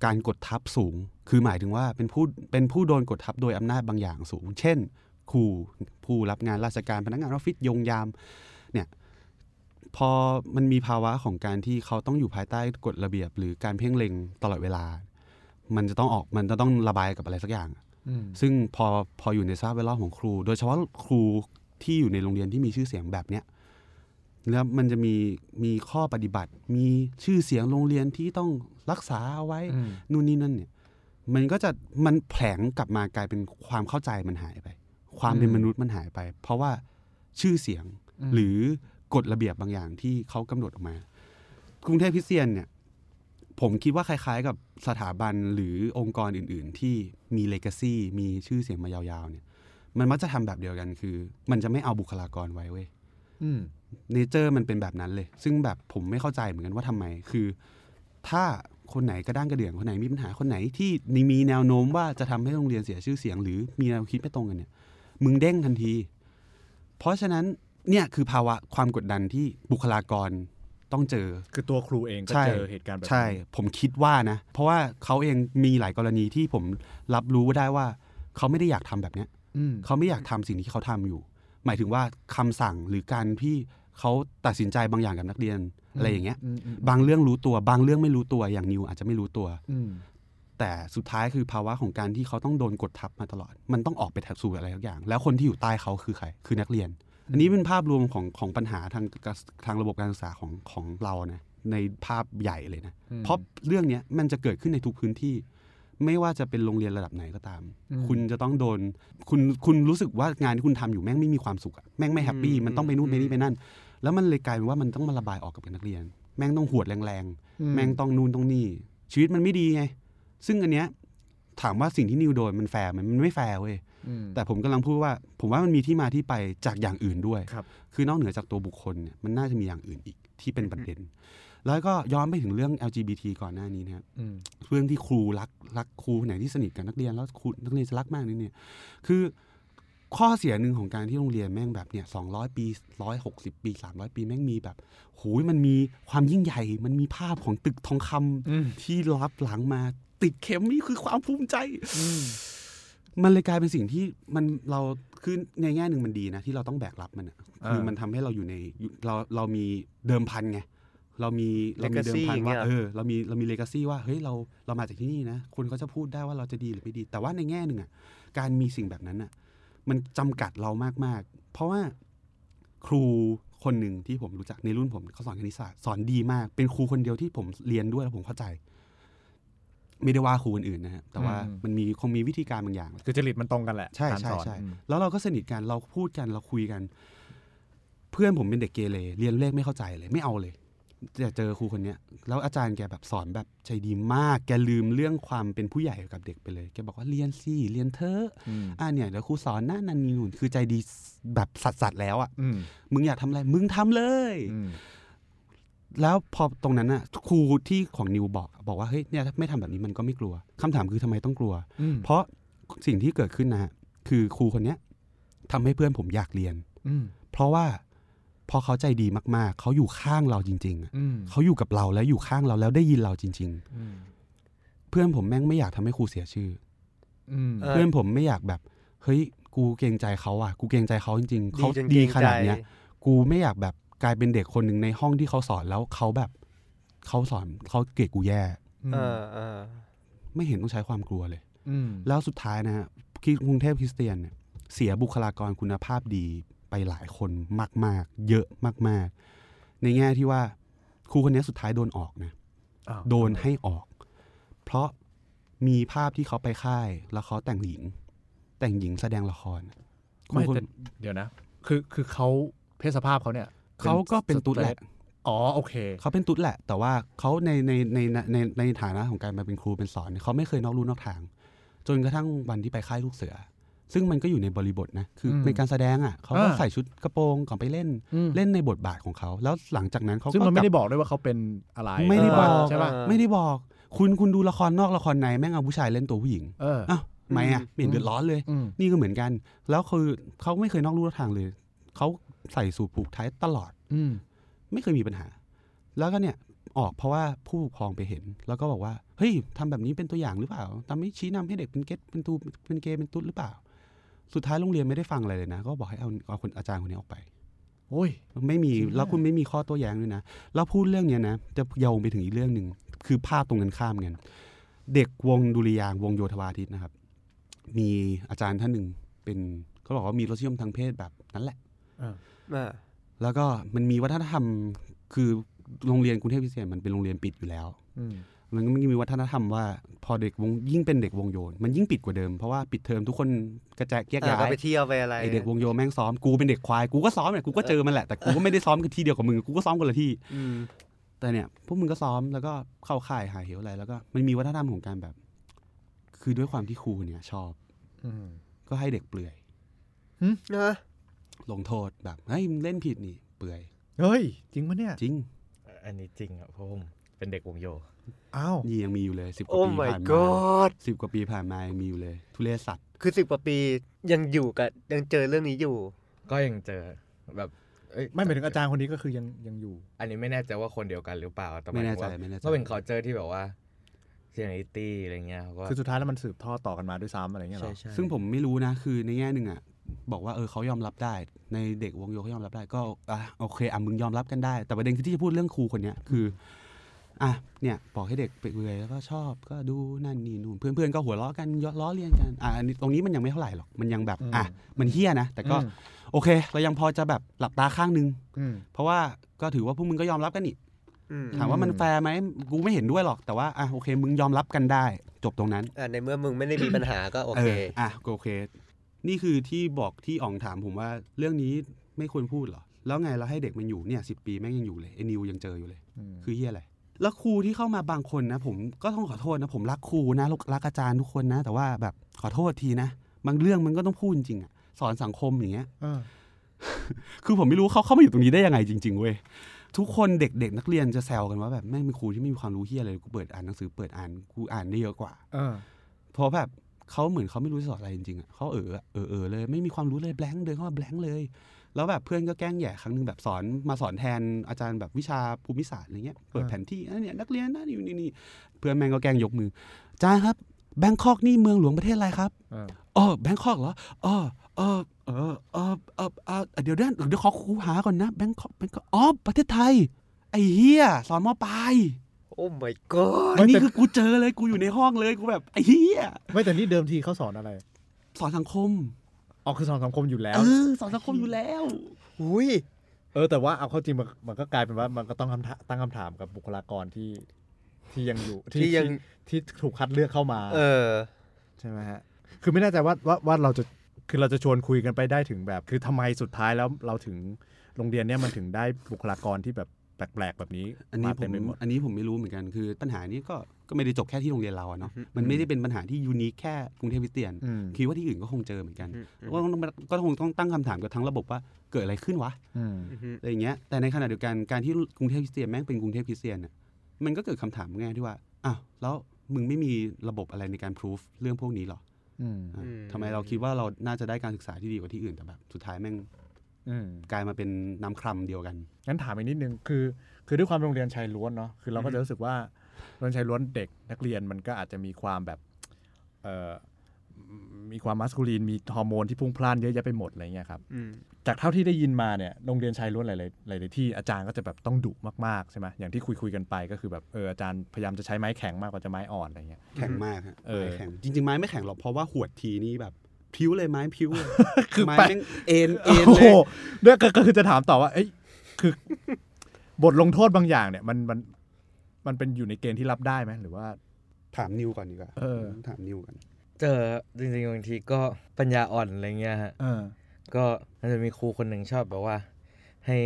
F: การกดทับสูง คือหมายถึงว่าเป็นผู้เป็นผู้โดนกดทับโดยอำนาจบางอย่างสูง เช่น ครูผู้รับงานราชการพนักงานออฟฟิศยงยามเนี่ยพอมันมีภาวะของการที่เขาต้องอยู่ภายใต้กฎระเบียบ หรือการเพ่งเล็งตลอดเวลา มันจะต้องออกมันจะต้องระบายกับอะไรสักอย่าง
A: อืม
F: ซึ่งพอพออยู่ในสภาพแวดล้อมของครู โดยเฉพาะครูที่อยู่ในโรงเรียนที่มีชื่อเสียงแบบเนี้ยแล้วมันจะมีมีข้อปฏิบัติ มีชื่อเสียงโรงเรียนที่ต้องรักษาเอาไว้
A: อืม
F: นู่นนี่นั่นเนี่ยมันก็จะมันแผลงกลับมากลายเป็นความเข้าใจมันหายไป ความเป็นมนุษย์มันหายไป เพราะว่าชื่อเสียงหรือกฎระเบียบบางอย่างที่เขากำหนดออกมา กรุงเทพพิสเตียนเนี่ยผมคิดว่าคล้ายๆ กับสถาบันหรือองค์กรอื่น ๆ ที่มีเลก a ซีมีชื่อเสียงมายาวๆเนี่ยมันมักจะทำแบบเดียวกันคือ มันจะไม่เอาบุคลากรไว้เว้ย
A: อืม
F: เนเจอร์มันเป็นแบบนั้นเลย ซึ่งแบบผมไม่เข้าใจเหมือนกันว่าทำไม คือ ถ้าคนไหนกระด้างกระเดื่องคนไหนมีปัญหาคนไหนที่มีแนวโน้มว่าจะทำให้โรงเรียนเสียชื่อเสียง หรือมีแนวคิดไม่ตรงกันเนี่ย มึงเด้งทันที เพราะฉะนั้นเนี่ยคือภาวะความกดดันที่บุคลากรต้องเจอ
A: คือตัวครูเองก็
F: ใช่
A: เจอเหตุการณ์แบบนี้
F: ใช่ ผมคิดว่านะ เพราะว่าเขาเองมีหลายกรณีที่ผมรับรู้ได้ว่า เขาไม่ได้อยากทำแบบเนี้ย
A: อืม
F: เขาไม่อยากทำสิ่งที่เขาทำอยู่ หมายถึงว่าคำสั่งหรือการที่เขาตัดสินใจบางอย่างกับนักเรียนอะไรอย่างเงี้ย
A: มอืม
F: บางเรื่องรู้ตัว บางเรื่องไม่รู้ตัว อย่างนิวอาจจะไม่รู้ตัว
A: อืม
F: แต่สุดท้ายคือภาวะของการที่เขาต้องโดนกดทับมาตลอด มันต้องออกไปทับสู่อะไรทุกอย่าง แล้วคนที่อยู่ใต้เขาคือใคร คือนักเรียน อันนี้เป็นภาพรวมของของปัญหาทางกระทางระบบการศึกษาของของเรานะ ในภาพใหญ่เลยนะ
A: อืม
F: เพราะเรื่องเนี้ยมันจะเกิดขึ้นในทุกพื้นที่ ไม่ว่าจะเป็นโรงเรียนระดับไหนก็ตาม
A: อืม
F: คุณจะต้องโดน คุณคุณรู้สึกว่างานที่คุณทำอยู่แม่งไม่มีความสุขอะแม่งไม่แฮปปี้มันต้องไปนู่นไปนี่ไปนั่น แล้วมันเลยกลายเป็นว่ามันต้องมาระบายออกกับนักเรียน แม่งต้องหวดแรงๆ แม่งต้องนู่นต้องนี่ ชีวิตมันไม่ดีไง ซึ่งอันเนี้ยถามว่าสิ่งที่นิวโดนมันแฟร์ไหมมันไม่แฟร์เว้ย
A: อืม
F: แต่ผมกำลังพูดว่า ผมว่ามันมีที่มาที่ไปจากอย่างอื่นด้วย
A: ครับ
F: คือนอกเหนือจากตัวบุคคลเนี่ยมันน่าจะมีอย่างอื่นอีกที่เป็นประเด็น แล้วก็ย้อนไปถึงเรื่อง LGBT ก่อนหน้านี้นะครับ
A: อืม
F: เรื่องที่ครูรักรักครูคนไหนที่สนิทกับนักเรียนแล้วครูนักเรียนจะรักมากนี่เนี่ยคือข้อเสียหนึ่งของการที่โรงเรียนแม่งแบบเนี่ยสองร้อยปีร้อยหกสิบปีสามร้อยปีแม่งมีแบบหูยมันมีความยิ่งใหญ่ มันมีภาพของตึกทองคำ
A: อืม
F: ที่รับหลังมาติดเข็มนี่คือความภูมิใจ
A: อืม
F: มันเลยกลายเป็นสิ่งที่มันเราคือในแง่หนึ่งมันดีนะ ที่เราต้องแบกรับมันอะคือ
A: เออ
F: มันทำให้เราอยู่ในอยู่เราเรามีเดิมพันไงเรามีเรามี
D: legacy
F: เดิมพัน
D: อย่างเงี้
F: ว่าย เออเรามีเรามีเลกาซีว่าเฮ้ยเราเรามาจากที่นี่นะ คนเขาจะพูดได้ว่าเราจะดีหรือไม่ดี แต่ว่าในแง่หนึ่งอะการมีสิ่งแบบนั้นอะมันจำกัดเรามากๆ เพราะว่าครูคนหนึ่งที่ผมรู้จักในรุ่นผมเขาสอนคณิตศาสตร์สอนดีมาก เป็นครูคนเดียวที่ผมเรียนด้วยแล้วผมเข้าใจ ไม่ได้ว่าครูคนอื่นนะฮะแต่ว่า
A: อืม
F: มันมีคงมีวิธีการบางอย่าง
A: คือจริตมันตรงกันแหละ
F: ใช่
A: การ
F: ใช่
A: สอน
F: ใช่
A: อืม
F: แล้วเราก็สนิทกันเราพูดกันเราคุยกัน เพื่อนผมเป็นเด็กเกเรเรียนเลขไม่เข้าใจเลยไม่เอาเลยแต่เจอครูคนเนี้ยแล้วอาจารย์แกแบบสอนแบบใจดีมาก แกลืมเรื่องความเป็นผู้ใหญ่กับเด็กไปเลยแกบอกว่าเรียนสิเรียนเถอะ
A: อืม
F: อ่าเนี่ยเดี๋ยวครูสอนนั่นนั่นนี่นู่นคือใจดีแบบสัสๆแล้วอะ่ะ
A: อืม
F: มึงอยากทำอะไรมึงทำเลย
A: อืม
F: แล้วพอตรงนั้นอ่ะครูที่ของนิวบอกอะบอกว่าเฮ้ยเนี่ยถ้าไม่ทำแบบนี้มันก็ไม่กลัวคำถามคือทำไมต้องกลัว
A: อืม
F: เพราะสิ่งที่เกิดขึ้นนะฮะคือครูคนเนี้ยทำให้เพื่อนผมอยากเรียน
A: อืม
F: เพราะว่าพอเขาใจดีมากๆ เขาอยู่ข้างเราจริงๆอะ
A: อืม
F: เขาอยู่กับเราแล้วอยู่ข้างเราแล้วได้ยินเราจริง
A: อืม
F: ๆ เพื่อนผมแม่งไม่อยากทำให้ครูเสียชื่อ
A: อืม
D: เออ
F: เพื่อนผมไม่อยากแบบเฮ้ยกูเกรงใจเขาอ่ะกูเกรงใจเขาจริงๆเขา
D: จน
F: ดี
D: เกรง
F: ข
D: ใจ
F: นาดเนี้ยกูไม่อยากแบบกลายเป็นเด็กคนหนึ่งในห้องที่เขาสอนแล้วเขาแบบเขาสอนเขาเกลียดกูแย่
D: เออเออ
F: ไม่เห็นต้องใช้ความกลัวเลย
A: อืม
F: แล้วสุดท้ายนะฮะกรุงเทพคริสเตียนเนี่ยเสียบุคลากรคุณภาพดีไปหลายคนมาก ๆ เยอะมาก ๆ ในแง่ที่ว่าครูคนเนี้ยสุดท้ายโดนออกนะ
A: อ้าว
F: โดนให้ออก เพราะ มีภาพที่เขาไปค่าย แล้วเขาแต่งหญิง แต่งหญิงแสดงละคร
A: ไม่
F: คุณ
A: แต่เดี๋ยวนะ คือคือเขาเพศสภาพเขาเนี่ย
F: เขาก็เป็นตุ๊ดแหละ
A: อ๋อโอเค
F: เขาเป็นตุ๊ดแหละ แต่ว่าเขาในในในในในฐานะของการมาเป็นครูเป็นสอนเนี่ยเขาไม่เคยนอกลู่นอกทาง จนกระทั่งวันที่ไปค่ายลูกเสือ ซึ่งมันก็อยู่ในบริบทนะ คืออ
A: ม
F: เป็นการแสดงอ่ะเขาก็
A: อ่า
F: ใส่ชุดกระโปรงก่อนไปเล่น
A: อืม
F: เล่นในบทบาทของเขา แล้วหลังจากนั้นเขา
A: ซึ่ง
F: ก็
A: มันไม่ได้
F: กลั
A: บอกด้วยว่าเขาเป็นอะไร
F: ไม่ได้บอก
A: ใช่ป่ะ
D: เออ
F: ไม่ได้บอก คุณคุณดูละครนอกละครในแม่งเอาผู้ชายเล่นตัวผู้หญิง
A: เออ
F: อ้าวทำไม่อ่ะไม่เห็นเดือดร้อนเลย
A: อืม
F: นี่ก็เหมือนกัน แล้วคือเขาไม่เคยนอกลู่นอกทางเลยเขาใส่สูทผูกไท้ายตลอด
A: อืม
F: ไม่เคยมีปัญหา แล้วก็เนี่ยออกเพราะว่าผู้ปกครองไปเห็น แล้วก็บอกว่า เฮ้ยทำแบบนี้เป็นตัวอย่างหรือเปล่าทำให้ชี้นำให้เด็กเป็นเกตเป็นตูเป็นเกย์เป็นตุ๊ดหรือเปล่า สุดท้ายโรงเรียนไม่ได้ฟังอะไรเลยนะ ก็บอกให้เอาเอาคนอาจารย์คนนี้ออกไป
A: โอ้ย
F: ไม่มีแล้วคุณไม่มีข้อโต้แย้งด้วยนะ แล้วพูดเรื่องเนี้ยนะ จะโยงไปถึงอีกเรื่องหนึ่งคือภาพตรงกันข้ามกัน เด็กวงดุริยางค์วงโยธวาทิตนะครับ มีอาจารย์ท่านหนึ่งเป็นเขาบอกว่ามีรสนิยมทางเพศแบบนั้นแหละ
D: อ่า
F: แล้วก็มันมีวัฒนธรรมคือโรงเรียนกรุงเทพพิเศษมันเป็นโรงเรียนปิดอยู่แล้ว
A: อืม
F: มันก็มีวัฒนธรรมว่าพอเด็กวงยิ่งเป็นเด็กวงโยน มันยิ่งปิดกว่าเดิมเพราะว่าปิดเทอมทุกคนกระแจกแยกย้า
D: ก็
F: ย
D: ไปเที่ยวไปอะไร
F: ไอเด็กวงโยนแม่งซ้อมกูเป็นเด็กควายกูก็ซ้อมเนี่ยกูก็เจอมันแหละแต่กูก็ไม่ได้ซ้อมกันที่เดียวกับมึงกูก็ซ้อมกันละที่
D: อืม
F: แต่เนี่ยพวกมึงก็ซ้อมแล้วก็เข้าค่ายหาเหวอะไรแล้วก็มันมีวัฒนธรรมของการแบบ คือด้วยความที่ครูเนี่ยชอบ
A: อืม
F: ก็ให้เด็กเปลือย
D: นะ
F: ลงโทษแบบเฮ้ยมึงเล่นผิดนี่เปลือย
A: เฮ้ย จริงปะเนี่ย
F: จริง
E: อันนี้จริงอ่ะเพราะผมเป็นเด็กวงโย
A: อ้าว
F: นี่ยังมีอยู่เลยสิบก
D: โอ้
F: ว่าปี
D: my
F: ผ่านมา
D: god
F: สิบกว่าปีผ่านมายังมีอยู่เลย ทุเรศสัตว์
D: คือสิบกว่าปียังอยู่กับยังเจอเรื่องนี้อยู่
E: ก็ยังเจอแบบเอ้ย
A: ไม่หมายถึงอาจารย์คนนี้ก็คือยังยังอยู่
E: อันนี้ไม่แน่ใจว่าคนเดียวกันหรือเปล่าแต่ห
F: ไม่
E: ยถึ
F: แน่
E: ง
F: ใจ
E: ว่า
F: ไม่แน่ใจ
E: ก็เป็น culture ที่แบบว่า seniority อะไรเงี้ยเขาก็
A: คือสุดท้ายแล้วมันสืบทอดต่อกันมาด้วยซ้ำอะไรเงี้ยเหร
E: ใช่
A: อ
E: ใช่
F: ซึ่งผมไม่รู้นะ คือในแง่หนึ่งอ่ะ บอกว่าเออเขายอมรับได้ ในเด็กวงโยเขายอมรับได้ก็อ่ะโอเคอ่ะมึงยอมรับกันได้ แต่ประเด็นคือที่จะพูดเรื่องครูคนเนี้ยคืออ่ะเนี่ยบอกให้เด็กไปเอื่อยแล้วก็ชอบก็ดูนั่นนี่นู่นเพื่อนๆก็หัวเราะกันเยาะล้อเลียนกันอ่ะอันนี้ตรงนี้มันยังไม่เท่าไหร่หรอกมันยังแบบอ่ะมันเฮี้ยนะแต่ก็
A: อืม
F: โอเค เรายังพอจะแบบหลับตาข้างนึง
A: อืม
F: เพราะว่าก็ถือว่าพวกมึงก็ยอมรับกันนี่
D: อืม
F: ถามว่ามันแฟร์ไหมกูไม่เห็นด้วยหรอกแต่ว่าอ่ะโอเค มึงยอมรับกันได้ จบตรงนั้น
D: อ่าในเมื่อมึงไม่ได้มีปัญหา
F: [coughs]
D: ก็โอเค
F: อ่ะก็โอเค นี่คือที่บอกที่อ่องถามผมว่าเรื่องนี้ไม่ควรพูดเหรอ แล้วไงเราให้เด็กมันอยู่เนี่ยสิปีแม่งยังอยู่เลยไอ้นิวยังเจออยู่เลย
A: อืม
F: คือเฮียอะไร แล้วครูที่เข้ามาบางคนนะ ผมก็ต้องขอโทษนะ ผมรักครูนะรักอาจารย์ทุกคนนะ แต่ว่าแบบขอโทษทีนะบางเรื่องมันก็ต้องพูดจริงๆอะสอนสังคมอย่างเงี้ย
A: เออ
F: คือผมไม่รู้เขาเข้ามาอยู่ตรงนี้ได้ยังไงจริงๆเว้ยทุกคนเด็กๆนักเรียนจะแซวกันว่าแบบแม่งเป็นครูที่ไม่มีความรู้เฮียอะไรกูเปิดอ่านหนังสือเปิดอ่านกูอ่านได้เยอะกว่า
A: เออ
F: เพราะแบบเขาเหมือนเขาไม่รู้จะสอนอะไรจริงๆอ่ะเขาเออเออเออเลย ไม่มีความรู้เลยแบงค์เดินเข้ามาแบงค์เลย แล้วแบบเพื่อนก็แกล้งแหย่ครั้งหนึงแบบสอนมาสอนแทนอาจารย์แบบวิชาภูมิศาสตร์อะไรเงี้ยเปิด
A: อ่า
F: แผนที่อันเนี้ยนักเรียนนั่นอยู่นี่นี่เพื่อนแม่งก็แกล้งยกมืออาจารย์ครับแบงคอกนี่เมืองหลวงประเทศอะไรครับ
A: เออ
F: อ๋อแบงคอกเหรออ๋อเออเออเออเออเออเดี๋ยวเดี๋ยวเดี๋ยวขอคูหาก่อนนะแบงคอกแบงคอกอ๋อประเทศไทย ไอ้เฮียสอนมอปลาย
D: โอ้ my god
F: อันนี้
A: แต่
F: คือกูเจอเลยกูอยู่ในห้องเลยกูแบบไอ้เฮีย
A: ไม่แต่นี่เดิมทีเขาสอนอะไร
F: สอนสังคม
A: อ๋อคือสอนสังคมอยู่แล้ว
F: เออสอนสังคมอยู่แล้ว
D: อุ้ย
A: เออ แต่ว่าเอาเข้าจริงมันมันก็กลายเป็นว่ามันก็ต้องคำถามตั้งคำถามกับบุคลากรที่ที่ยังอยู่
D: ที่ยัง
A: ที่ที่ถูกคัดเลือกเข้ามา
D: เออ
A: ใช่ไหมฮะ คือไม่แน่ใจว่าว่าว่าเราจะ คือเราจะชวนคุยกันไปได้ถึงแบบ คือทำไมสุดท้ายแล้วเราถึงโรงเรียนเนี้ยมันถึงได้บุคลากรที่แบบแปลกๆแบบนี้
F: อันนี้
A: มา
F: ผ
A: เต็ม
F: ม
A: ไปหมด
F: อันนี้ผมไม่รู้เหมือนกันคือปัญหานี้ก็ก็ไม่ได้จบแค่ที่โรงเรียนเราอะเนาะ
D: อือฮึ
F: มันไม่ได้เป็นปัญหาที่ยูนิคแค่กรุงเทพคริสเตียน
A: อืม
F: คิดว่าที่อื่นก็คงเจอเหมือนกัน
D: อื
F: ก็ต้องก็คงต้องตั้งคำถามกับทั้งระบบว่าเกิดอะไรขึ้นวะ
A: อืม
D: ม
F: อะไรอย่างเงี้ย แต่ในขณะเดียวกัน การที่กรุงเทพคริสเตียนแม่งเป็นกรุงเทพคริสเตียนน่ะมันก็เกิดคำถามง่ายที่ว่า อ้าว แล้วมึงไม่มีระบบอะไรในการพิสูจเรื่องพวกนี้หรอ
A: อืม
F: อ่ะทำไมเราคิดว่าเราน่าจะได้การศึกษาที่ดีกว่าที่อื่น แต่แบบ สุดท้ายแม่ง
A: อืม
F: กลายมาเป็นน้ำคร่ำเดียวกัน
A: งั้นถามอีกนิดนึง คือ คือด้วยความโรงเรียนชายล้วนเนาะ คือเราก็จะรู้สึกว่าโรงเรียนชายล้วนเด็กนักเรียนมันก็อาจจะมีความแบบ เอ่อ มีความมัสคูลีน มีฮอร์โมนที่พรุ่งพล่านเยอะแยะไปหมดอะไรเงี้ยครับ
D: อืม
A: จากเท่าที่ได้ยินมาเนี่ยโรงเรียนชายล้วนหลายๆหลายๆที่อาจารย์ก็จะแบบต้องดุมากๆใช่ไหมอย่างที่คุยคุยๆกันไปก็คือแบบเอออาจารย์พยายามจะใช้ไม้แข็งมากกว่าจะไม้อ่อนอะไรเงี้ย
F: แข็งมากฮะ
A: เออ
F: ไม้แข็ง จริงๆ ไม้ไม่แข็งหรอก เพราะว่าหวดทีนี่แบบพิ้วเลยไม้พิ้วเลย
A: คือ
F: ไม้
A: ไป
F: แม่งเอ็นเอ็นเลย
A: เนี่ยก็ก็คือจะถามต่อว่าเอ้ยคือ บทลงโทษบางอย่างเนี่ยมันมันมันเป็นอยู่ในเกณฑ์ที่รับได้ไหมหรือว่า
F: ถามนิวก่อนดีกว่า
A: เออ
F: ถามนิวกัน
E: เจอจริงๆบางทีก็ปัญญาอ่อนอะไรเงี้ยฮะ
A: เออ
E: ก็มันจะมีครูคนหนึ่งชอบแบบว่า ให้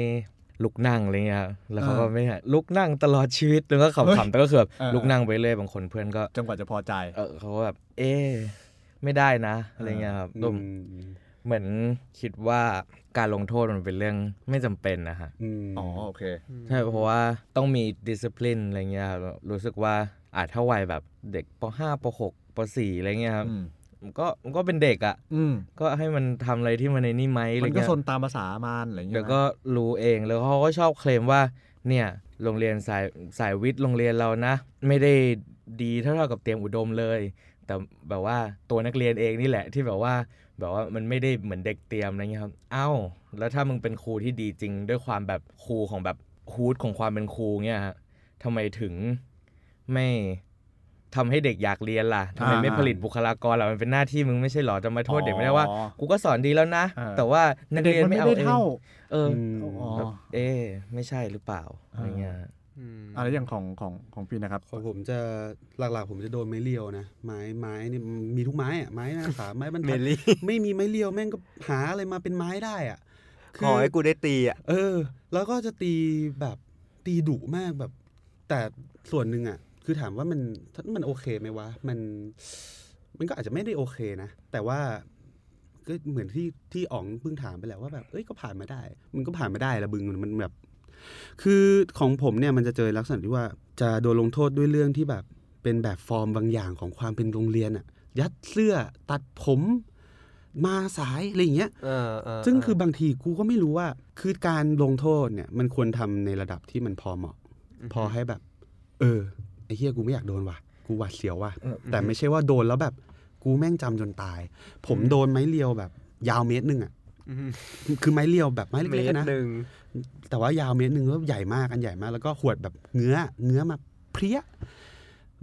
E: ลุกนั่งอะไรเงี้ยครับแล้วเขาก็
A: อ่า
E: ไม่ให้ลุกนั่งตลอดชีวิตแล้วก็ขำๆแต่ก็คือแบบ
A: เออ
E: ลุกนั่งไปเรื่อยบางคนเพื่อนก็
A: จนกว่าจะพอใจ
E: เออเขาก็แบบ เอ๊ะไม่ได้นะอะไรเงี้ยครับ
F: อื
E: ผม
F: ม
E: เหมือนคิดว่าการลงโทษมันเป็นเรื่องไม่จำเป็นนะฮะ
F: อืม
A: อ๋อโอเค
E: ใช่เพราะว่าต้องมีดิสซิ p ลินอะไรเงี้ยครับรู้สึกว่าอาจเท่าวัยแบบเด็กป .5 ป .6 ป .4 อะไรเงี้ยครับ
A: อืม
E: มันก็มันก็เป็นเด็กอ่ะ
A: อืม
E: ก็ให้มันทำอะไรที่มันในนี่ไหมอะไร
A: มันก็
E: เงี้ย
A: ซนตามภาษามารอะไรอย่างเงี้ย
E: เดี๋ยวก็รู้เองแล้วเขาก็ชอบเคลมว่าเนี่ยโรงเรียนสายสายวิทย์โรงเรียนเรานะ ไม่ได้ดีเท่าๆกับเตรียมอุดมเลย แต่แบบว่าตัวนักเรียนเองนี่แหละที่แบบว่าแบบว่ามันไม่ได้เหมือนเด็กเตรียมอะไรเงี้ยครับเอ้า แล้วถ้ามึงเป็นครูที่ดีจริง ด้วยความแบบครูของแบบฮูดของความเป็นครูเนี่ยฮะทำไมถึงไม่ทำให้เด็กอยากเรียนล่ะทำไมไม่ผลิตบุคลากรล่ะมันเป็นหน้าที่มึงไม่ใช่เหรอจะมาโทษเด็กไม่ได้ว่า
A: อ๋อ
E: กูก็สอนดีแล้วนะ
A: เออ
E: แต่ว่านัก
A: เด็ก
E: เรียน
A: มัน
E: ไม่
A: ไม่
E: เอา
A: ได้
E: เอง
A: เท่า
E: เออ
F: ม
A: อ๋อ
E: แบบเอ๊ะไม่ใช่หรือเปล่าอะไรเงี้ย
D: อืม
A: อะไรอย่างของของของพี่นะครับ
F: ของผมจะหลักๆ ผมจะโดนไม้เรียวนะ ไม้ไม้นี่มีทุกไม้อะไม้หน้าสามไม้บรร
D: เม
F: ทัด [coughs]
D: ลี่
F: ไม่มีไม้เรียวแม่งก็หาอะไรมาเป็นไม้ได้อ่ะคื
D: ขอให้กูได้ตีอ่ะ
F: เออ แล้วก็จะตีแบบตีดุมากแบบ แต่ส่วนหนึ่งอ่ะ คือถามว่ามันมันโอเคไหมวะ มัน มันก็อาจจะไม่ได้โอเคนะ แต่ว่าก็เหมือนที่ที่อ๋องเพิ่งถามไปแหล้วว่าแบบเอ้ยก็ผ่านมาได้ มันก็ผ่านมาได้ละบึงมันแบบ คือของผมเนี่ยมันจะเจอลักษณะที่ว่าจะโดนลงโทษด้วยเรื่องที่แบบเป็นแบบฟอร์มบางอย่างของความเป็นโรงเรียนอะยัดเสื้อตัดผมมาสายอะไรอย่างเงี้ย
D: เออเออ
F: ซึ่งคือบางทีกูก็ไม่รู้ว่า คือการลงโทษเนี่ย มันควรทำในระดับที่มันพอเหมาะ พอให้แบบ เออไอ้เฮียกูไม่อยากโดนว่ะ กูหวาดเสียวว่ะ แต่ไม่ใช่ว่าโดนแล้วแบบ กูแม่งจำจนตาย ผมโดนไม้เรียวแบบ ยาวเมตรหนึ่งอ่ะ
D: อืม
F: คือไม้เรียวแบบไม้
D: เม
F: เล็ก
D: ต
F: ๆ
D: ร
F: นะ
D: หนึ่ง
F: แต่ว่ายาวเมตรหนึ่งก็ใหญ่มากอันใหญ่มาก แล้วก็ขวดแบบเงื้อเงื้อมาเพรี้ย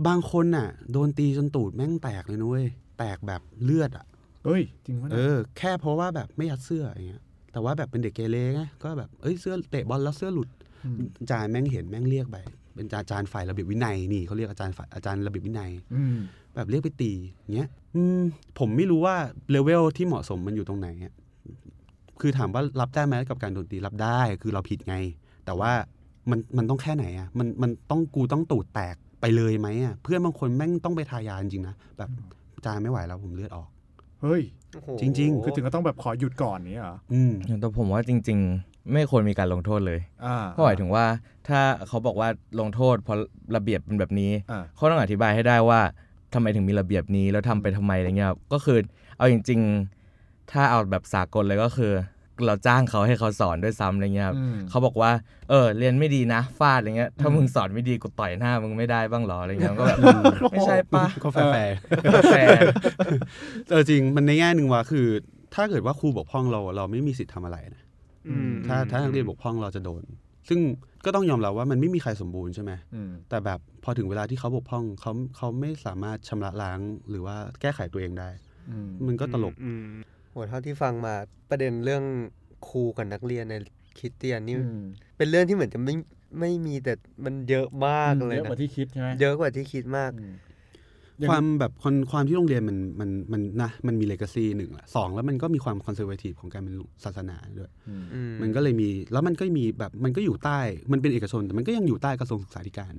F: บางคนน่ะ โดนตีจนตูดแม่งแตกเลยนุ้ยแตกแบบเลือดอ่ะ
A: เฮ้ย จริงวะ
F: เอ
A: เนี่ย
F: อ แค่เพราะว่าแบบไม่ยัดเสื้ออย่างเงี้ย แต่ว่าแบบเป็นเด็กเกเรไงก็แบบเอ้ยเสื้อเตะบอลแล้วเสื้อหลุด
A: ม
F: อาจารย์แม่งเห็นแม่งเรียกไปเป็นอาจารย์ฝ่ายระเบียบวินัยนี่เขาเรียกอาจารย์ฝ่ายอาจารย์ระเบียบวินัย
A: อืม
F: แบบเรียกไปตีอย่างเงี้ยอืมผมไม่รู้ว่าเลเวลที่เหมาะสมมันอยู่ตรงไหนอะคือถามว่ารับได้ไหมกับการโดนตีรับได้ คือเราผิดไง แต่ว่ามันมันต้องแค่ไหนอะมันมันต้องกูต้องตูดแตกไปเลยไหมอะเพื่อนบางคนแม่งต้องไปทายาจริงๆนะแบบอาจารย์ไม่ไหวแล้วผมเลือดออก
A: เฮ้ย
D: โอ้โห
F: จริงๆ
A: คือถึงก็ต้องแบบขอหยุดก่อนนี้ยเหรอ
F: อืม
E: แต่ผมว่าจริง ๆ ไม่ควรมีการลงโทษเลย
A: อ่า
E: ก็หมายถึงว่าถ้าเขาบอกว่าลงโทษเพราะระเบียบเป็นแบบนี้
A: อ่า
E: เขาต้องอธิบายให้ได้ว่าทำไมถึงมีระเบียบนี้แล้วทำไปทำไมอะไรเงี้ยครับก็คือเอาจริง ๆ ถ้าเอาแบบสากลเลยก็คือ เราจ้างเขาให้เขาสอนด้วยซ้ำอะไรเงี้ยครับ
A: อืม
E: เขาบอกว่า เออ เรียนไม่ดีนะฟาดอะไรเงี้ย ถ้ามึงสอนไม่ดีกูต่อยหน้ามึงไม่ได้บ้างเหรออะไรเงี้ยก็แบบ ไม่ใช่ปะ
F: ก็แฟร์
E: [laughs] แฟร์
F: ๆเออจริงมันในแง่หนึ่งว่าคือ ถ้าเกิดว่าครูบกพร่องเราเราไม่มีสิทธิ์ทำอะไรนะ
D: อืม
F: ถ้าถ้านักเรียนบกพร่องเราจะโดน ซึ่งก็ต้องยอมรับว่ามันไม่มีใครสมบูรณ์ใช่ไหม
A: อืม
F: แต่แบบพอถึงเวลาที่เขาบกพร่องเขาเขาไม่สามารถชำระล้างหรือว่าแก้ไขตัวเองได้
A: อืม
F: มันก็ตลก
D: อืมโหเท่าที่ฟังมาประเด็นเรื่องครูกับนักเรียนในคริสเตียนนี่ เป็นเรื่องที่เหมือนจะไม่ไม่มีแต่มันเยอะมากเลย
A: เยอะ
D: นะ
A: กว่าที่คิดใช่ไหม
D: เยอะกว่าที่คิดมาก
A: อืม ยัง
F: ความแบบคนความที่โรงเรียนมันมันมันนะมันมีเลกาซีหนึ่งละสองแล้วมันก็มีความคอนเซอร์ t วทีฟของการเป็นศาสนาด้วย
A: อืม
D: อื
F: มันก็เลยมีแล้วมันก็มีแบบมันก็อยู่ใต้มันเป็นเอกชน แต่มันก็ยังอยู่ใต้กระทรวงศึกษาธิการ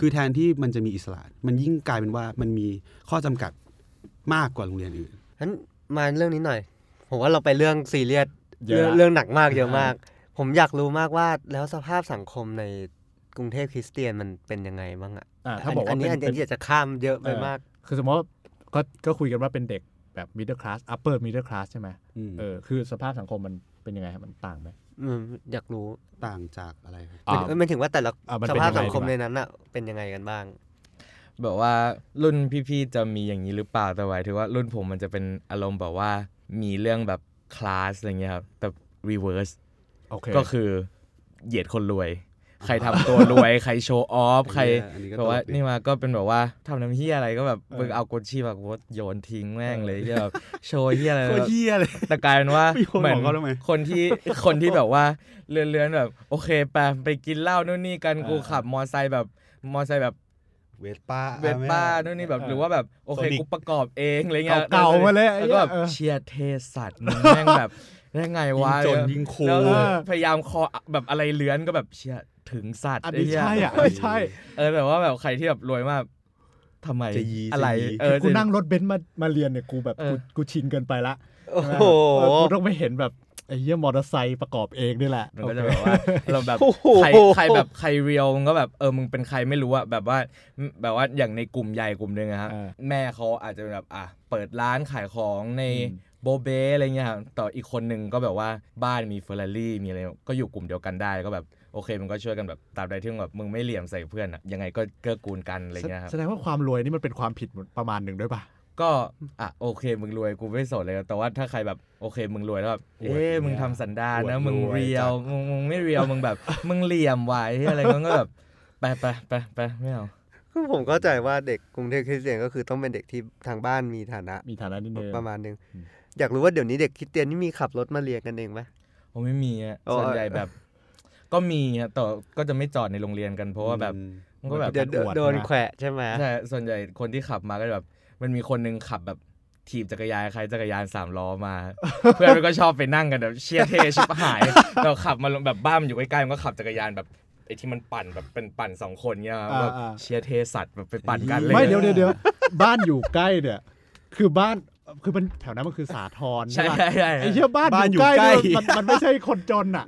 F: คือแทนที่มันจะมีอิสระ มันยิ่งกลายเป็นว่ามันมีข้อจำกัดมากกว่าโรงเรียนอื่น
D: งั้นมาเรื่องนี้หน่อย ผมว่าเราไปเรื่องซีเรียส
A: เยอะละ
D: เรื่องเรื่องหนักมากเยอะมาก ผมอยากรู้มากว่าแล้วสภาพสังคมในกรุงเทพคริสเตียนมันเป็นยังไงบ้างอะ
A: อ่า
D: อัน
A: ถ้าบอก
D: อั
A: ว่าน
D: นี้
A: เป็
D: อัน
A: นเป็น
D: นี้อยากจะข้ามเยอะไป
A: เออ
D: มาก
A: คือสมมติว่าก็ก็คุยกันว่าเป็นเด็กแบบ middle class upper middle class ใช่ไหม
F: อืม
A: เออคือสภาพสังคมมันเป็นยังไงครับมันต่างไหม
D: อืมอยากรู้
F: ต่างจากอะไรครับ
A: อ่า
D: หมันถึงว่าแต่ละ
A: อ่ามัน
D: ส
A: เป็น
D: ภาพ
A: ยังไง
D: สังคม
A: ดีกว่า
D: ในนั้นอะเป็นยังไงกันบ้าง
E: แบบว่ารุ่นพี่ๆจะมีอย่างนี้หรือเปล่าแต่หมายถึงว่ารุ่นผมมันจะเป็นอารมณ์แบบว่ามีเรื่องแบบคลาสอะไรเงี้ยครับแต่ reverse
A: โอเค
E: ก็คือเหยียดคนร
F: [laughs]
E: วย ใครทำตัวรวย ใครโชว์ออฟใคร
F: อันนี้ก็
E: แบ
F: ต
E: บ
F: ล
E: ว่าก
F: ดี
E: นี่มาก็เป็นแบบว่าทำน้ำเฮียอะไรก็แบบมึงเอาโกชีแบบว่าโยนทิ้งแม่งเลยที่
F: [laughs]
E: แบบโชว์เฮียอะไร
F: โคตรเฮียเลย
E: แต่กลายเป็นว่า
F: ไปโยน
E: เหมือน
F: ของเขาทำไม
E: คนที่ คนที่แบบว่าเลื้อนๆแบบ โอเคไปไปกินเหล้านู่นนี่กันกูขับมอไซค์แบบมอไซค์แบบ
F: เวสป้า
E: เวทป้านู่นนี่แบบหรือว่าแบบโอเค
F: Sonic
E: กูประกอบเองอะไรเงี้ย
A: เก่าๆมาเลยไอ้เหี้
E: แล้วก็
A: ย
E: แบบ
A: เออ
E: เชียร์เทสัตว์มึงแม่งแบบ [laughs] ได้ไง
F: ยิง
E: วะ
F: จน
E: แล้ว
F: ยิงโค
E: แล้ว
A: เออ
E: พยายามคอแบบอะไรเลื้อนก็แบบเชียร์ถึงสัตว์
A: อันนี้
E: ไเหี้ย
A: ใช่อ่ะไม่ใช่
E: เออแต่ว่าแบบใครที่แบบรวยมากทำไม
F: จะยี
E: อะไร
F: จะยี
E: เออ
A: กู
E: จะ
A: นั่งรถเบนซ์มามาเรียนเนี่ยกูแบบ
E: เออ
A: กูกูชินเกินไปละ
D: โอ้
A: ใช่ไหม
D: โห
A: เออกูต้องไปเห็นแบบไอ้เหี้ยมอเตอร์ไซค์ประกอบเองนี่แหละ
E: มันก็จะแบบว่าเราแบบ
D: โอ้โห
E: ใครใครแบบใครเรียวมันก็แบบเออมึงเป็นใครไม่รู้อะแบบว่าแบบว่าอย่างในกลุ่มใหญ่กลุ่มหนึ่งอะฮะแม่เขาอาจจะแบบอ่ะเปิดร้านขายของในโบเบ้อะไรเงี้ยครับแต่อีกคนหนึ่งก็แบบว่าบ้านมีเฟอร์รารี่มีอะไรก็อยู่กลุ่มเดียวกันได้ก็แบบโอเคมันก็ช่วยกันแบบตามใดที่แบบมึงไม่เหลี่ยมใส่เพื่อนอะยังไงก็เกื้อกูลกันอะไรเงี้ยครับ
A: แสดงว่าความรวยนี่มันเป็นความผิดประมาณหนึ่งด้วยป่ะ
E: ก็อ่ะโอเคมึงรวยกูไม่สนเลย แต่ว่าถ้าใครแบบโอเคมึงรวยแล้วแบบเอ๊ะมึงทำสันดานนะ
F: อวดรวย
E: มึงเรีย
F: จั
E: ว
F: ด
E: มึงมึงไม่เรียวมึงแบบ มึงเหลี่ยมไว้อะไรมึงก็แบบไปไปไปไปไม่เอา
D: คือผมเข้าใจว่าเด็กกรุงเทพคริสเตียนก็คือต้องเป็นเด็กที่ทางบ้านมีฐานะ
A: มีฐานะนิดนึง
D: ประมาณนึง
A: อืม
D: อยากรู้ว่าเดี๋ยวนี้เด็กคริสเตียนนี่มีขับรถมาเรียนกันเองไหม
E: ผมไม่มีอะ
D: โอ้ย
E: ส่วนใหญ่แบบ ก็มีอะแต่ก็จะไม่จอดในโรงเรียนกันเพราะว่าแบบมันก็แบบ
D: เดี๋ยวโดน
A: อวดนะ
D: โดนแขวะใช่ไหม
E: ใช่ส่วนใหญ่คนที่ขับมาก็จะแบบ มันมีคนหนึงขับแบบถีบจักรยานใครจักรยานสามล้อมา
A: [laughs]
E: เพื่อนมันก็ชอบไปนั่งกันแบบเชียร์เทชิบหายเราขับมาแบบบ้านมันอยู่ใกล้ๆมันก็ขับจักรยานแบบไอ้ที่มันปั่นแบบเป็นปั่นสองคนเงี้ย
A: อ่า
E: แบบ
A: อ่า
E: เชียร์เทสัตว์แบบไปปั่นกันอะไร
A: ไม่
E: เล
A: เดี๋ยวย เดี๋ยวเดี๋ยวบ้านอยู่ใกล้เนี่ย คือบ้านคือมันแถวนั้นมันคือสาทร
E: ใช่
A: ปะ
E: ใช่ใช่
A: ไอ้เหี้ยบ้านอยู่ใกล้
F: บ้านอยู่
A: เนี่ย
F: ใกล้
A: มันมันไม่ใช่คนจนอ่ะ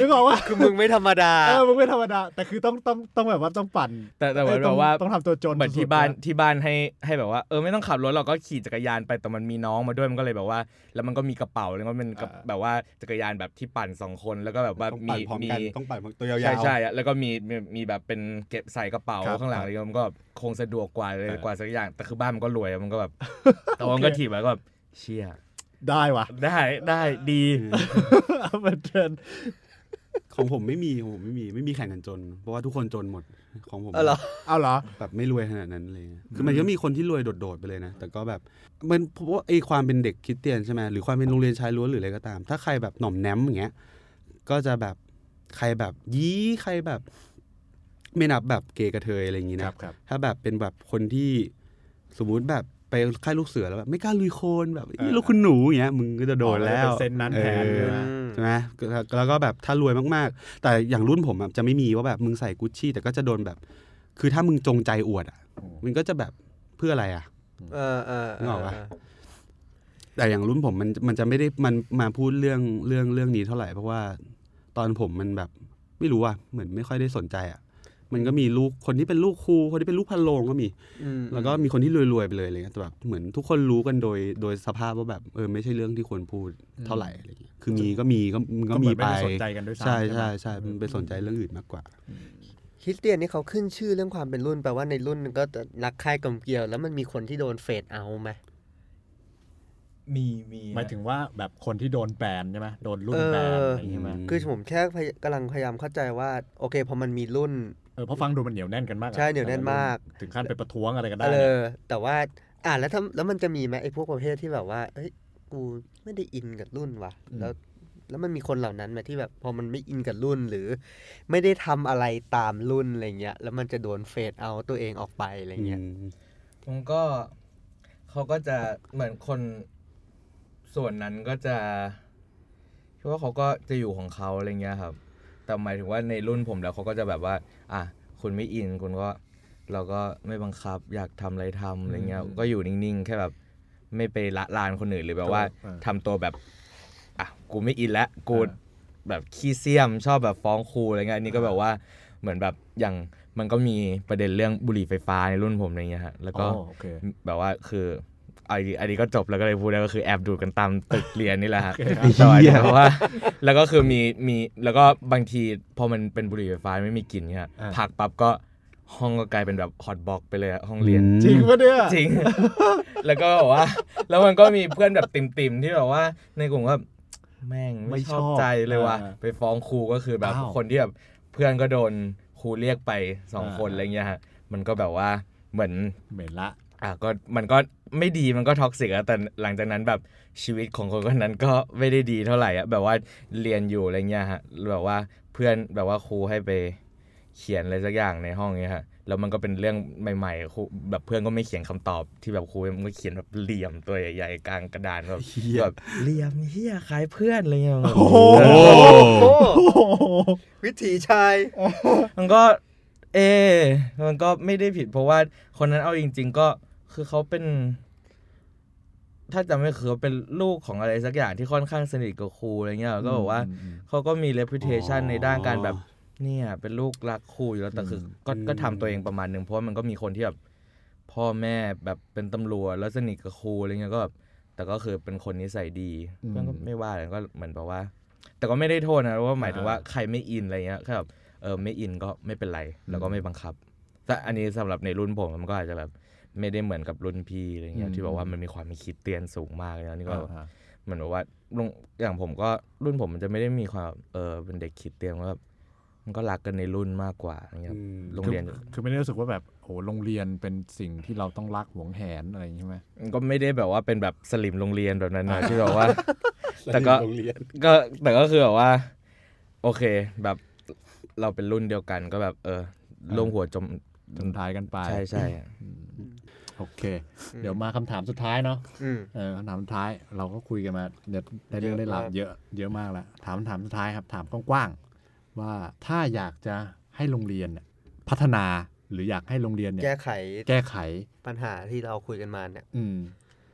A: นึกออกว่า
D: คือมึงไม่ธรรมดา
A: เออมึงไม่ธรรมดาแต่คือต้องต้องต้องแบบว่าต้องปั่น
E: แต่แต่ว่า
A: เอ้ย
E: แบ
A: ต้อบ ง
E: ว่า
A: ต้องทำตัวจน
E: เหมือน
A: สุ
E: ที่
A: ดๆ
E: บ้านะ ที่บ้านให้ให้แบบว่าเออไม่ต้องขับรถเราก็ขี่จักรยานไปแต่มันมีน้องมาด้วยมันก็เลยแบบว่า แล้วมันก็มีกระเป๋าแล้วก็เป็นกระ
A: อ่า
E: แบบว่าจักรยานแบบที่ปั่นสองคนแล้วก็แบบว่า
F: ต้อง
E: มี
F: ปั่นพร้อม
E: มี
F: กันต้องปั่นตัวยาวๆ
E: ใช่ใช่อะแล้วก็มีมีมีแบบเป็นเก็บใส่กระเป๋า
A: ครับ
E: ข้างหลังอะไรเงี้ยมันก็คงสะดวกกว่าเลย
F: เออ
E: กว่าสักอย่าง แต่คือบ้านมันก็รวยอะมันก็แบบ แต่ว่ามันก็
A: โอเค
E: ถีบแล้วก็แบบเชี่ย
A: ได้วะ [laughs]
E: ได้ได้ดี
A: มันเดิน
F: ของผมไม่มีของผมไม่มีไม่มีแข่งกันจน เพราะว่าทุกคนจนหมดของผม
D: เออเหรอ
A: เอาเหรอ
F: แบบไม่รวยขนาดนั้นเลย คือมันก็มีคนที่รวยโดดๆไปเลยนะ แต่ก็แบบมันเพราะว่าไอ้ความเป็นเด็กคริดเตียนใช่ไหมหรือความเป็นโรงเรียนชายล้วนหรืออะไรก็ตาม ถ้าใครแบบหน่อมแนมอย่างเงี้ย ก็จะแบบใครแบบยี้ใครแบบไม่นับแบบเกย์กระเทยอะไรอย่างงี้นะ ถ้าแบบเป็นแบบคนที่สมมุติแบบไปค่ายลูกเสือแล้วแบบไม่กล้าลุยโคลนแบบ
A: เออ
F: นี่ลูกคุณหนูอย่างเงี้ยมึงก็จะโดนแล้
A: เป็
F: วน
A: เส้นนั้นแทน
F: เออ
D: อืม
F: ใช่ไหมแล้วแล้วก็แบบถ้ารวยมากๆ แต่อย่างรุ่นผมอะจะไม่มีว่าแบบมึงใส่กุชชี่แต่ก็จะโดนแบบ คือถ้ามึงจงใจอวดอ่ะมันก็จะแบบเพื่ออะไรอ่ะ
D: เออเออเ
F: นึกออกปะ แต่อย่างรุ่นผมมันมันจะไม่ได้มันมาพูดเรื่องเรื่องเรื่องนี้เท่าไหร่เพราะว่าตอนผมมันแบบไม่รู้อ่ะเหมือนไม่ค่อยได้สนใจอ่ะมันก็มีลูกคนที่เป็นลูกครูคนที่เป็นลูกพันโรงก็มี
D: อืม
F: แล้วก็มีคนที่รวยๆไปเลยอะไรเลยแต่แบบเหมือนทุกคนรู้กันโดยโดยสภาพว่าแบบเออไม่ใช่เรื่องที่ควรพูดเท่าไหร่อะไรเงี้ยคือมีก็มีก็มึงก็มีไป
A: ก็เหมือนไม่ได้สนใจกันด้วยซ้ำ
F: ใช่ใช่
A: ใช่ไหม
F: ใช่มันไปสนใจเรื่องอื่นมากกว่า
D: คริสเตียนนี่เขาขึ้นชื่อเรื่องความเป็นรุ่นแปลว่าในรุ่นก็จะรักใคร่กลมเกลียว แล้วมันมีคนที่โดนเฟดเอาไหม
E: มีมี
A: หมายถึงว่าแบบคนที่โดนแบนใช่ไหมโดนรุ่นแบนอะไรอย่างเงี้ยใช่ไหม
F: เอ ม
D: คือผมแค่พยกำลังพยายามเข้าใจว่าโอเคพอมันมีรุ่น
A: เออเพราะฟังดูมันเหนียวแน่นกันมากอะ
D: ใช่เหนียวแน่นมาก
A: ถึงขั้นไปประท้วงอะไรกันได้
D: เอ
A: เนี่ย
D: อแต่ว่าอ่าแล้วถ้าแล้วมันจะมีไหมไอ้พวกประเภทที่แบบว่าเอ้ยกูไม่ได้อินกับรุ่นว่ะ
A: อืม
D: แล้วแล้วมันมีคนเหล่านั้นไหมที่แบบพอมันไม่อินกับรุ่นหรือ ไม่ได้ทำอะไรตามรุ่นอะไรเงี้ยแล้วมันจะโดนเฟดเอาตัวเองออกไปอะไรเงี้ย
F: อืม
E: มันก็เขาก็จะเหมือนคนส่วนนั้นก็จะคิดว่าเขาก็จะอยู่ของเขาอะไรเงี้ยครับ แต่หมายถึงว่าในรุ่นผมแล้วเขาก็จะแบบว่า อ่ะคุณไม่อินคุณก็ เราก็ไม่บังคับอยากทำอะไรทำอะไรเงี้ย
A: อืม
E: ก็อยู่นิ่งๆ แค่แบบ ไม่ไปละลานคนอื่นหรือแบบว่า
A: เออ
E: ทำตัวแบบอ่ะกูไม่อินละกู
A: เออ
E: แบบขี้เสียมชอบแบบฟ้องครูอะไรเงี้ยอันนี่ก็แบบว่าเหมือนแบบอย่างมันก็มีประเด็นเรื่องบุหรี่ไฟฟ้าในรุ่นผมอะไรเงี้ยฮะแล้วก็
A: อ๋อโอเค
E: แบบว่าคืออันนี้อันนี้ก็จบแล้วก็เลยพูดได้ก็คือแอบดูดกันตามตึกเรียน [laughs] นี่แหละฮะจอยเพราะว่า แล้วก็คือมีมีแล้วก็บางทีพอมันเป็นบุหรี่ไฟฟ้าไม่มีกลิ่นเนี่ย
A: อ่า
E: ผักปั๊บก็ห้องก็กลายเป็นแบบฮอตบ็อกไปเลยอะห้องเรียน
A: จริงปะเนี่ย
E: จริง แล้วก็แบบว่า แล้วมันก็มีเพื่อนแบบติ่มๆที่แบบว่า ในกลุ่มก็แม่ง
A: ไม่
E: ไม่ชอบ
A: ชอบ
E: ใจเลยว่ะ
A: อ่า
E: ไปฟ้องครูก็คือแบบ
A: อ้าว
E: คนที่แบบเพื่อนก็โดนครูเรียกไปสอง
A: อ่า
E: คนอะไรเงี้ยฮะมันก็แบบว่าเหมือน
A: เหม็นละ
E: อ่ะก็มันก็ไม่ดีมันก็ท็อกซิกอะแต่หลังจากนั้นแบบชีวิตของคนคนนั้นก็ไม่ได้ดีเท่าไหร่อะแบบว่าเรียนอยู่อะไรเงี้ยฮะแบบว่าเพื่อนแบบว่าครูให้ไป เขียนอะไรสักอย่างในห้องเนี้ยฮะแล้วมันก็เป็นเรื่องใหม่ๆครูแบบเพื่อนก็ไม่เขียนคำตอบที่แบบครูมันก็เขียนแบบเหลี่ยมตัวใหญ่ๆกลางกระดานแบบ
F: เหี้ย
E: แบบเหลี่ยมเฮียคล้ายเพื่อนอะไรเงี้ย
D: โอ้วิถีชาย
E: มันก็เออมันก็ไม่ได้ผิด เพราะว่าคนนั้นเอาจริง ๆ ก็คือเขาเป็น ถ้าจำไม่ผิดคือเขาเป็นลูกของอะไรสักอย่างที่ค่อนข้างสนิทกับครูอะไรเงี้ยก็บอกว่า
A: อืม
E: เขาก็มี reputation
F: อ๋อ
E: ในด้านการแบบ เนี่ย เป็นลูกรักครูอยู่แล้วแต่คืออก็
F: อืม
E: ก็ทำตัวเองประมาณหนึ่งเพราะว่ามันก็มีคนที่แบบพ่อแม่แบบเป็นตำรวจแล้วสนิทกับครูอะไรเงี้ยก็แบบแต่ก็คือเป็นคนนิสัยดี
A: อืม
E: เพื่อนก็ไม่ว่าอะไรก็เหมือนแบบว่า แต่ก็ไม่ได้โทษนะว่าหมายถึงว่าใครไม่อินอะไรเงี้ยแค่แบบเออไม่อินก็ไม่เป็นไร แล้วก็ไม่บังคับ แต่อันนี้สำหรับในรุ่นผมมันก็อาจจะแบบไม่ได้เหมือนกับรุ่นพี่อะไรเงี้ยที่บอกว่ามันมีความมีคิดเตียนสูงมากเลยนะนี่ก็
A: อ่า
E: เหมือนแบบว่าลุงอย่างผมก็รุ่นผมมันจะไม่ได้มีความเออเป็นเด็กขีดเตียงว่าแบบมันก็รักกันในรุ่นมากกว่าอย่างเงี้ย
F: อืม
E: โรงเรียน
A: คือคือไม่ได้รู้สึกว่าแบบโหโรงเรียนเป็นสิ่งที่เราต้องรักหวงแหนอะไรอย่างนี้ใช่ไหม
E: มันก็ไม่ได้แบบว่าเป็นแบบสลิมโรงเรียนแบบนั้น
F: [laughs]
E: นะที่แบบว่า แต่ก็
F: โรงเรียน
E: ก็แต่ก็คือแบบว่า โอเคแบบเราเป็นรุ่นเดียวกันก็แบบ เออร่วมหัวจม
A: จนท้ายกันไป
E: ใช่ใช่
A: โอเค เดี๋ยวมาคำถามสุดท้ายเนาะ
D: อืม
A: เออคำถามสุดท้ายเราก็คุยกันมาเดี๋ยวได้เรื่องได้ราวเยอะ เยอะมากแล้วถามคำถามสุดท้ายครับ ถามกว้างๆว่าถ้าอยากจะให้โรงเรียนเนี่ยพัฒนาหรืออยากให้โรงเรียนเนี่ย
D: แก้ไข
A: แก้ไข
D: ปัญหาที่เราคุยกันมาเนี่ย
A: อืม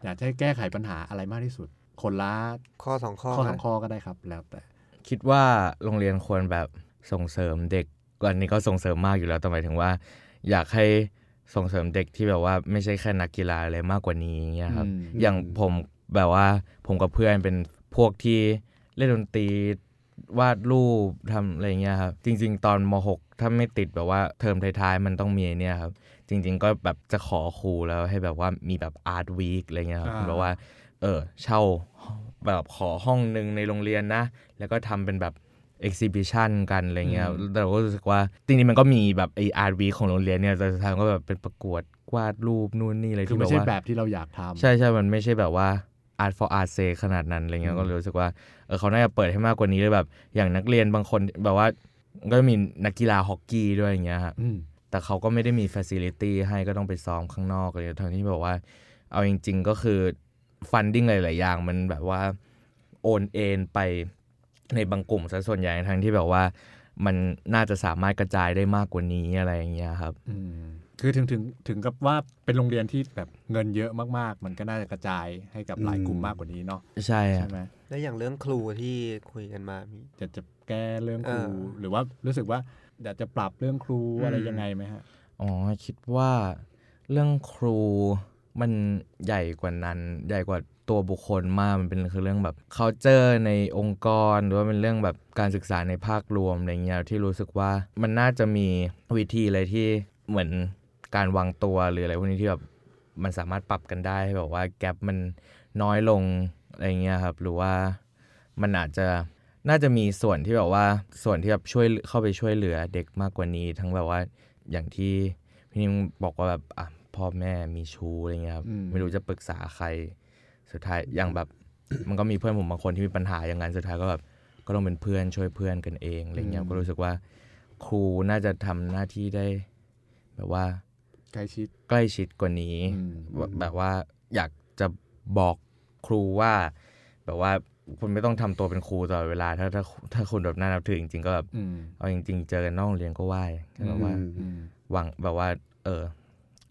A: อยากจะให้แก้ไขปัญหาอะไรมากที่สุด คนละ
D: ข้อสองข้อ
A: ข้อสอง
D: นะ
A: ข้อก็ได้ครับ แล้วแต่
E: คิดว่าโรงเรียนควรแบบส่งเสริมเด็กก่อนนี้ก็ส่งเสริมมากอยู่แล้วแต่หมายถึงว่า อยากให้ส่งเสริมเด็กที่แบบว่าไม่ใช่แค่นักกีฬาอะไรมากกว่านี้เงี้ยครับ
A: อืม
E: อย่างผมแบบว่าผมกับเพื่อนเป็นพวกที่เล่นดนตรีวาดรูปทำอะไรเงี้ยครับ จริง ๆ ตอนม .6 ถ้าไม่ติดแบบว่าเทอมท้ายๆมันต้องมีเนี่ยครับ จริง ๆ ก็แบบจะขอครูแล้วให้แบบว่ามีแบบอาร์ตวีคอะไรเงี้ยครับ
A: อ่า
E: แบบว่า เออเช่าแบบขอห้องหนึ่งในโรงเรียนนะ แล้วก็ทำเป็นแบบเอ็กซิบิชันกันอะไรเงี้ยครับแต่เราก็รู้สึกว่าจริงๆมันก็มีแบบไออาร์ตวีของโรงเรียนเนี่ยแต่สุดท้ายมันก็แบบเป็นประกวดวาดรูปนู่นนี่อะไร
A: คือ
E: ที่
A: ไม่
E: แบบ
A: ใช่
E: ว่า
A: แบบที่เราอยากทำ
E: ใช่ใช่มันไม่ใช่แบบว่า art for art sake ขนาดนั้นอะไรเงี้ย
A: อืม
E: ก็เลยรู้สึกว่า เออเขาน่าจะเปิดให้มากกว่านี้เลยแบบ อย่างนักเรียนบางคนแบบว่า ก็มีนักกีฬาฮอกกี้ด้วยอย่างเงี้ยฮะ
A: อืม
E: แต่เขาก็ไม่ได้มี facility ให้ก็ต้องไปซ้อมข้างนอกเลยทั้งที่แบบว่า เอาจริง ๆ ก็คือ funding หลาย ๆ อย่างมันแบบว่าโอนเอ็นไปในบางกลุ่มซะส่วนใหญ่ทั้งที่แบบว่า มันน่าจะสามารถกระจายได้มากกว่านี้อะไรอย่างเงี้ยครับ
A: อืมคือถึงถึงถึงกับว่าเป็นโรงเรียนที่แบบเงินเยอะมากๆ มันก็น่าจะกระจายให้กับหลายกลุ่ม
F: อืม
A: มากกว่านี้เนาะ
E: ใช่อะ
A: ใช่ไหม
D: แล้วอย่างเรื่องครูที่คุยกันมามี
A: จะจะแก้เรื่องครู
D: เออ
A: หรือว่ารู้สึกว่าอยากจะปรับเรื่องครูอะไรยังไงไหมฮะ
E: อ๋อคิดว่าเรื่องครูมันใหญ่กว่านั้น ใหญ่กว่าตัวบุคคลมากมันเป็นคือเรื่องแบบ culture ในองค์กร หรือว่าเป็นเรื่องแบบการศึกษาในภาครวมอะไรเงี้ยที่รู้สึกว่ามันน่าจะมีวิธีอะไรที่เหมือนการวางตัวหรืออะไรพวกนี้ที่แบบมันสามารถปรับกันได้ให้แบบว่าแกลบมันน้อยลงอะไรเงี้ยครับหรือว่ามันอาจจะ น่าจะมีส่วนที่แบบว่าส่วนที่แบบช่วยเข้าไปช่วยเหลือเด็กมากกว่านี้ ทั้งแบบว่าอย่างที่พี่นิมบอกว่าแบบอ่ะพ่อแม่มีชู้อะไรเงี้ยครับ
A: อืม
E: ไม่รู้จะปรึกษาใครสุดท้ายอย่างแบบ มันก็มีเพื่อนผมบางคนที่มีปัญหาอย่างนั้นสุดท้ายก็แบบก็ต้องเป็นเพื่อนช่วยเพื่อนกันเองอะไรเงี้ยก็รู้สึกว่า ครูน่าจะทำหน้าที่ได้ แบบว่า
A: ใกล้ชิด
E: ใกล้ชิดกว่านี้
A: อืม
E: แบบแบบว่าอยากจะบอกครูว่า แบบว่าคุณไม่ต้องทำตัวเป็นครูตลอดเวลา ถ้าถ้าถ้าคุณแบบน่านับถือจริงๆก็แบบ
A: อืม
E: เอาจริง ๆ เจอกันนอกโรงเรียนก็ไหว้แบบว่า
A: อืม
E: หวังแบบว่า เออ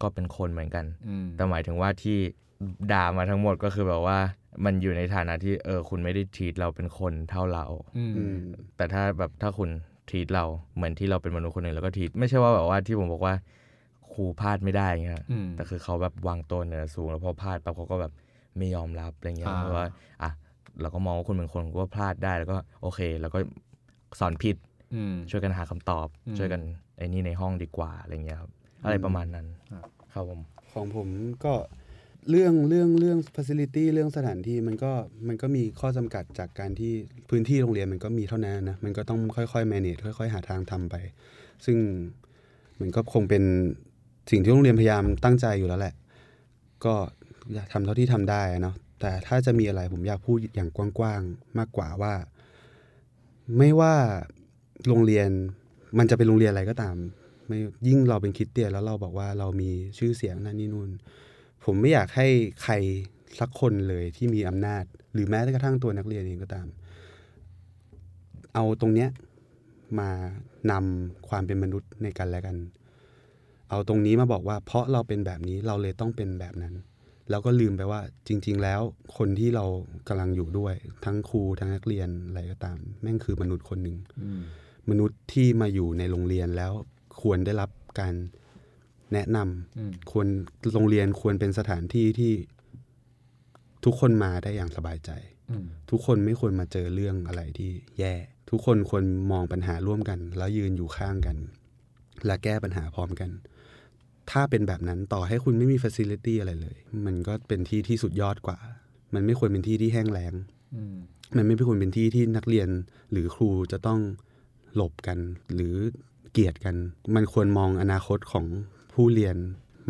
E: ก็เป็นคนเหมือนกัน
A: อืม
E: แต่หมายถึงว่าที่ด่ามาทั้งหมดก็คือแบบว่า มันอยู่ในฐานะที่เออ คุณไม่ได้ทีตเราเป็นคนเท่าเรา
A: อืม
F: อืม
E: แต่ถ้าแบบถ้าคุณทีตเราเหมือนที่เราเป็นมนุษย์คนหนึ่งแล้วก็ทีตไม่ใช่ว่าแบบว่าที่ผมบอกว่าครูพลาดไม่ได้เงี้ย
A: อืม
E: แต่คือเขาแบบวางตัวเหนือสูงแล้วพอพลาดปั๊บเขาก็แบบไม่ยอมรับอะไรเงี้ย
A: อ่า
E: เพราะว่าอ่ะเราก็มองว่าคุณเป็นคนก็พลาดได้แล้วก็โอเค แล้วก็สอนผิด
A: อืม
E: ช่วยกันหาคำตอบ
A: อืม
E: ช่วยกันไอ้นี่ในห้องดีกว่าอะไรเงี้ยครับอะไรประมาณนั้นครับผม
F: ของผมก็เรื่องเรื่องเรื่อง facility เรื่องสถานที่มันก็มันก็มีข้อจำกัดจากการที่พื้นที่โรงเรียนมันก็มีเท่านั้นนะ มันก็ต้องค่อยๆ manage ค่อยๆ หาทางทำไป ซึ่งมันก็คงเป็นสิ่งที่โรงเรียนพยายามตั้งใจอยู่แล้วแหละ ก็อยากทำเท่าที่ทำได้อะเนาะแต่ถ้าจะมีอะไรผมอยากพูดอย่างกว้างๆ มากกว่าว่า ไม่ว่าโรงเรียน มันจะเป็นโรงเรียนอะไรก็ตามไม่ยิ่งเราเป็นคริดเตียนแล้วเราบอกว่าเรามีชื่อเสียงนั่นนี่นู่น ผมไม่อยากให้ใครสักคนเลยที่มีอำนาจ หรือแม้กระทั่งตัวนักเรียนเองก็ตาม เอาตรงเนี้ยมานำความเป็นมนุษย์ในกันและกัน เอาตรงนี้มาบอกว่า เพราะเราเป็นแบบนี้เราเลยต้องเป็นแบบนั้น แล้วก็ลืมไปว่าจริง ๆ แล้วคนที่เรากำลังอยู่ด้วย ทั้งครูทั้งนักเรียนอะไรก็ตาม แม่งคือมนุษย์คนหนึ่ง
A: อืม
F: มนุษย์ที่มาอยู่ในโรงเรียนแล้วควรได้รับการแนะนำ
A: อืม
F: ควรโรงเรียนควรเป็นสถานที่ที่ทุกคนมาได้อย่างสบายใจ
A: อืม
F: ทุกคนไม่ควรมาเจอเรื่องอะไรที่แย่ ทุกคนควรมองปัญหาร่วมกัน แล้วยืนอยู่ข้างกัน และแก้ปัญหาพร้อมกัน ถ้าเป็นแบบนั้นต่อให้คุณไม่มีฟ a ซิลิตี้อะไรเลย มันก็เป็นที่ที่สุดยอดกว่า มันไม่ควรเป็นที่ที่แห้งแล้ง
A: อืม
F: มันไม่ควรเป็นที่ที่นักเรียนหรือครูจะต้องหลบกันหรือเกลียดกัน มันควรมองอนาคตของผู้เรียน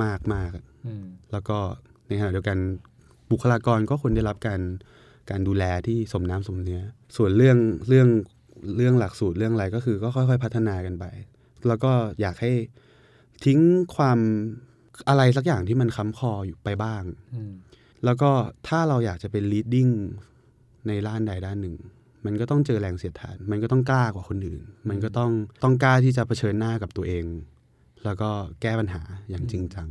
F: มากมาก
A: อืม
F: ๆแล้วก็ในขณะเดียวกันบุคลากรก็ควรได้รับการการดูแลที่สมน้ำสมเนื้อ ส่วนเรื่องเรื่องเรื่องหลักสูตรเรื่องอะไรก็คือก็ค่อย ๆ พัฒนากันไป แล้วก็อยากให้ทิ้งความอะไรสักอย่างที่มันค้ำคออยู่ไปบ้าง
A: อืม
F: แล้วก็ถ้าเราอยากจะเป็น leading ในด้านใดด้านหนึ่ง มันก็ต้องเจอแรงเสียดทาน มันก็ต้องกล้ากว่าคนอื่น มันก็ต้องต้องกล้าที่จะเผชิญหน้ากับตัวเอง แล้วก็แก้ปัญหาอย่างจริงจัง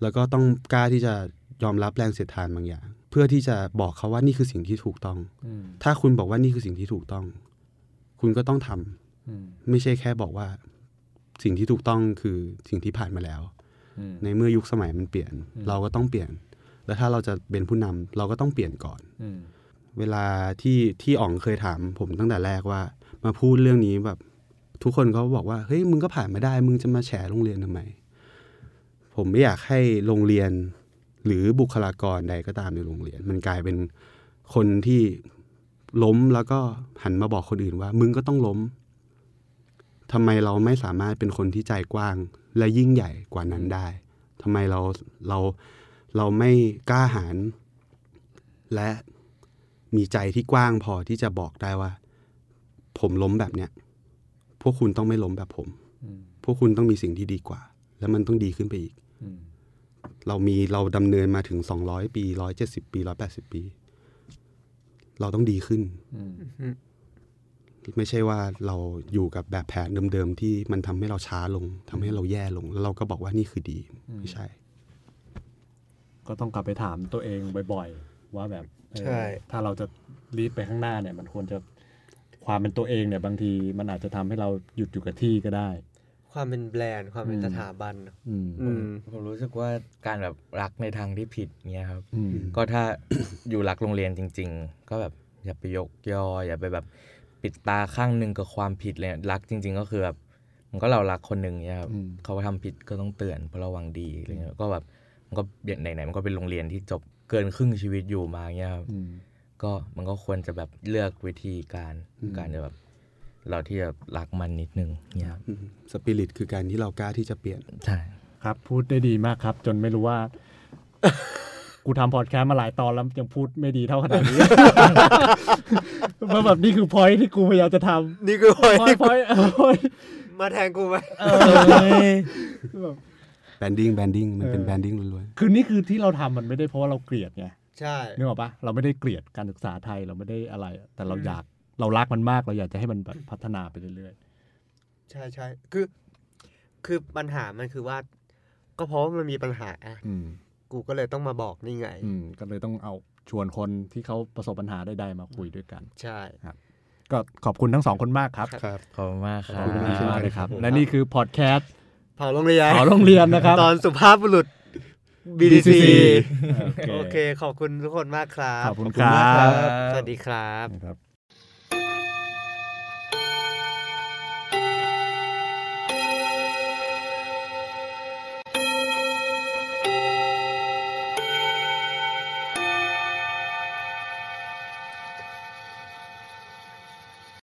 F: แล้วก็ต้องกล้าที่จะยอมรับแรงเสียดทานบางอย่าง เพื่อที่จะบอกเขาว่านี่คือสิ่งที่ถูกต้อง
A: อืม
F: ถ้าคุณบอกว่านี่คือสิ่งที่ถูกต้อง คุณก็ต้องทำ
A: อืม
F: ไม่ใช่แค่บอกว่า สิ่งที่ถูกต้องคือสิ่งที่ผ่านมาแล้ว
A: อืม
F: ในเมื่อยุคสมัยมันเปลี่ยน
A: อืม
F: เราก็ต้องเปลี่ยน แล้วถ้าเราจะเป็นผู้นำเราก็ต้องเปลี่ยนก่อน
A: อืม
F: เวลาที่ที่อ๋องเคยถามผมตั้งแต่แรกว่า มาพูดเรื่องนี้แบบทุกคนเขาบอกว่าเฮ้ยมึงก็ผ่านมาได้ มึงจะมาแฉโรงเรียนทำไม ผมไม่อยากให้โรงเรียน หรือบุคลากรใดก็ตามในโรงเรียน มันกลายเป็นคนที่ล้มแล้วก็หันมาบอกคนอื่นว่า มึงก็ต้องล้มทำไมเราไม่สามารถเป็นคนที่ใจกว้าง และยิ่งใหญ่กว่านั้นได้ทำไมเราเราเราไม่กล้าหาญและ มีใจที่กว้างพอที่จะบอกได้ว่า ผมล้มแบบเนี้ย พวกคุณต้องไม่ล้มแบบผม
A: อืม
F: พวกคุณต้องมีสิ่งที่ดีกว่า แล้วมันต้องดีขึ้นไปอีก
A: อืม
F: เรามีเราดำเนินมาถึงสองร้อยปีร้อยเจ็ดสิบปีร้อยแปดสิบปี เราต้องดีขึ้น
A: อืม
F: ไม่ใช่ว่าเราอยู่กับแบบแผนเดิมๆที่มันทำให้เราช้าลงทำให้เราแย่ลง แล้วเราก็บอกว่านี่คือดีไม่ใช่
A: ก็ต้องกลับไปถามตัวเองบ่อยๆ ว่าแบบเออ
D: ใช่
A: ถ้าเราจะลีดไปข้างหน้าเนี่ย มันควรจะความเป็นตัวเองเนี่ย บางทีมันอาจจะทำให้เราหยุดอยู่กับที่ก็ได้
D: ความเป็นแบรนด์ ความเป็น
A: อืม
D: สถาบันเนอะ
A: อืม
D: อืม
E: ผมรู้สึกว่าการแบบรักในทางที่ผิดเงี้ยครับ
A: อืม
E: ก็ถ้า [coughs] อยู่รักโรงเรียนจริง ๆ ก็แบบอย่าไปยกยอ อย่าไปแบบปิดตาข้างหนึ่งกับความผิดเลยรักจริง ๆ ก็คือแบบมันก็เรารักคนหนึ่งเนี่ยครับ
A: อืม
E: เขาทำผิดก็ต้องเตือนเพราะเราหวังดีอะไรเงี้ยก็แบบมันก็อย่างไหนๆมันก็เป็นโรงเรียนที่จบเกินครึ่งชีวิตอยู่มาเงี้ยครับ
A: อืม
E: ก็มันก็ควรจะแบบเลือกวิธีการ
A: อืม
E: การจะแบบเราที่จะรักมันนิดนึงเนี่ยครับ
F: สปิริตคือการที่เรากล้าที่จะเปลี่ยน
E: ใช่
A: ครับ พูดได้ดีมากครับ จนไม่รู้ว่า [laughs] กูทำพอดแคสต์มาหลายตอนแล้วยังพูดไม่ดีเท่าขนาดนี้ [laughs] ว่าแบบนี่คือพอยที่กูพยายามจะท [laughs] ำ
D: นี่คือค
A: พ
D: น
A: อยพอยพอย
D: มาแทงกูไหม
F: แบนดิ้งแบนดิ้งมันเป็นแบนดิ้งล้วน
A: คือนี่คือที่เราทำมันไม่ได้เพราะว่าเราเกลียดไง
D: ใช่
A: นึกออกปะเราไม่ได้เกลียดการศึกษาไทยเราไม่ได้อะไรอะแต่เราอยากเรารักมันมากเราอยากจะให้มันแบบพัฒนาไปเรื่อย
D: ใช่ใช่คือ คือปัญหามันคือว่า ก็เพราะว่ามันมีปัญหา
A: ๆอืม
D: กูก็เลยต้องมาบอกนี่ไง
A: อืมก็เลยต้องเอาชวนคนที่เขาประสบปัญหาใดๆมาคุยด้วยกัน
D: ใช่
A: ก็ขอบคุณทั้งสองคนมากครับ
F: ๆครับ
E: ขอบคุณมากค
A: ข
E: รั
A: อ
E: บบ
A: คุณมากๆเลยครับ
D: ครับ
A: และนี่คือพอดแคสต์
D: เผาโรงเรียน
A: ขอโรงเรียนนะครับ
D: ตอนสุภาพบุรุษ
A: BDC
D: BDC
A: โอ
D: โอ
A: เค
D: เค ขอบคุณทุกคนมากครับ
A: ขอบคุณ
D: มาก
A: ครับ
D: สวัสดีครับ
A: นะครับ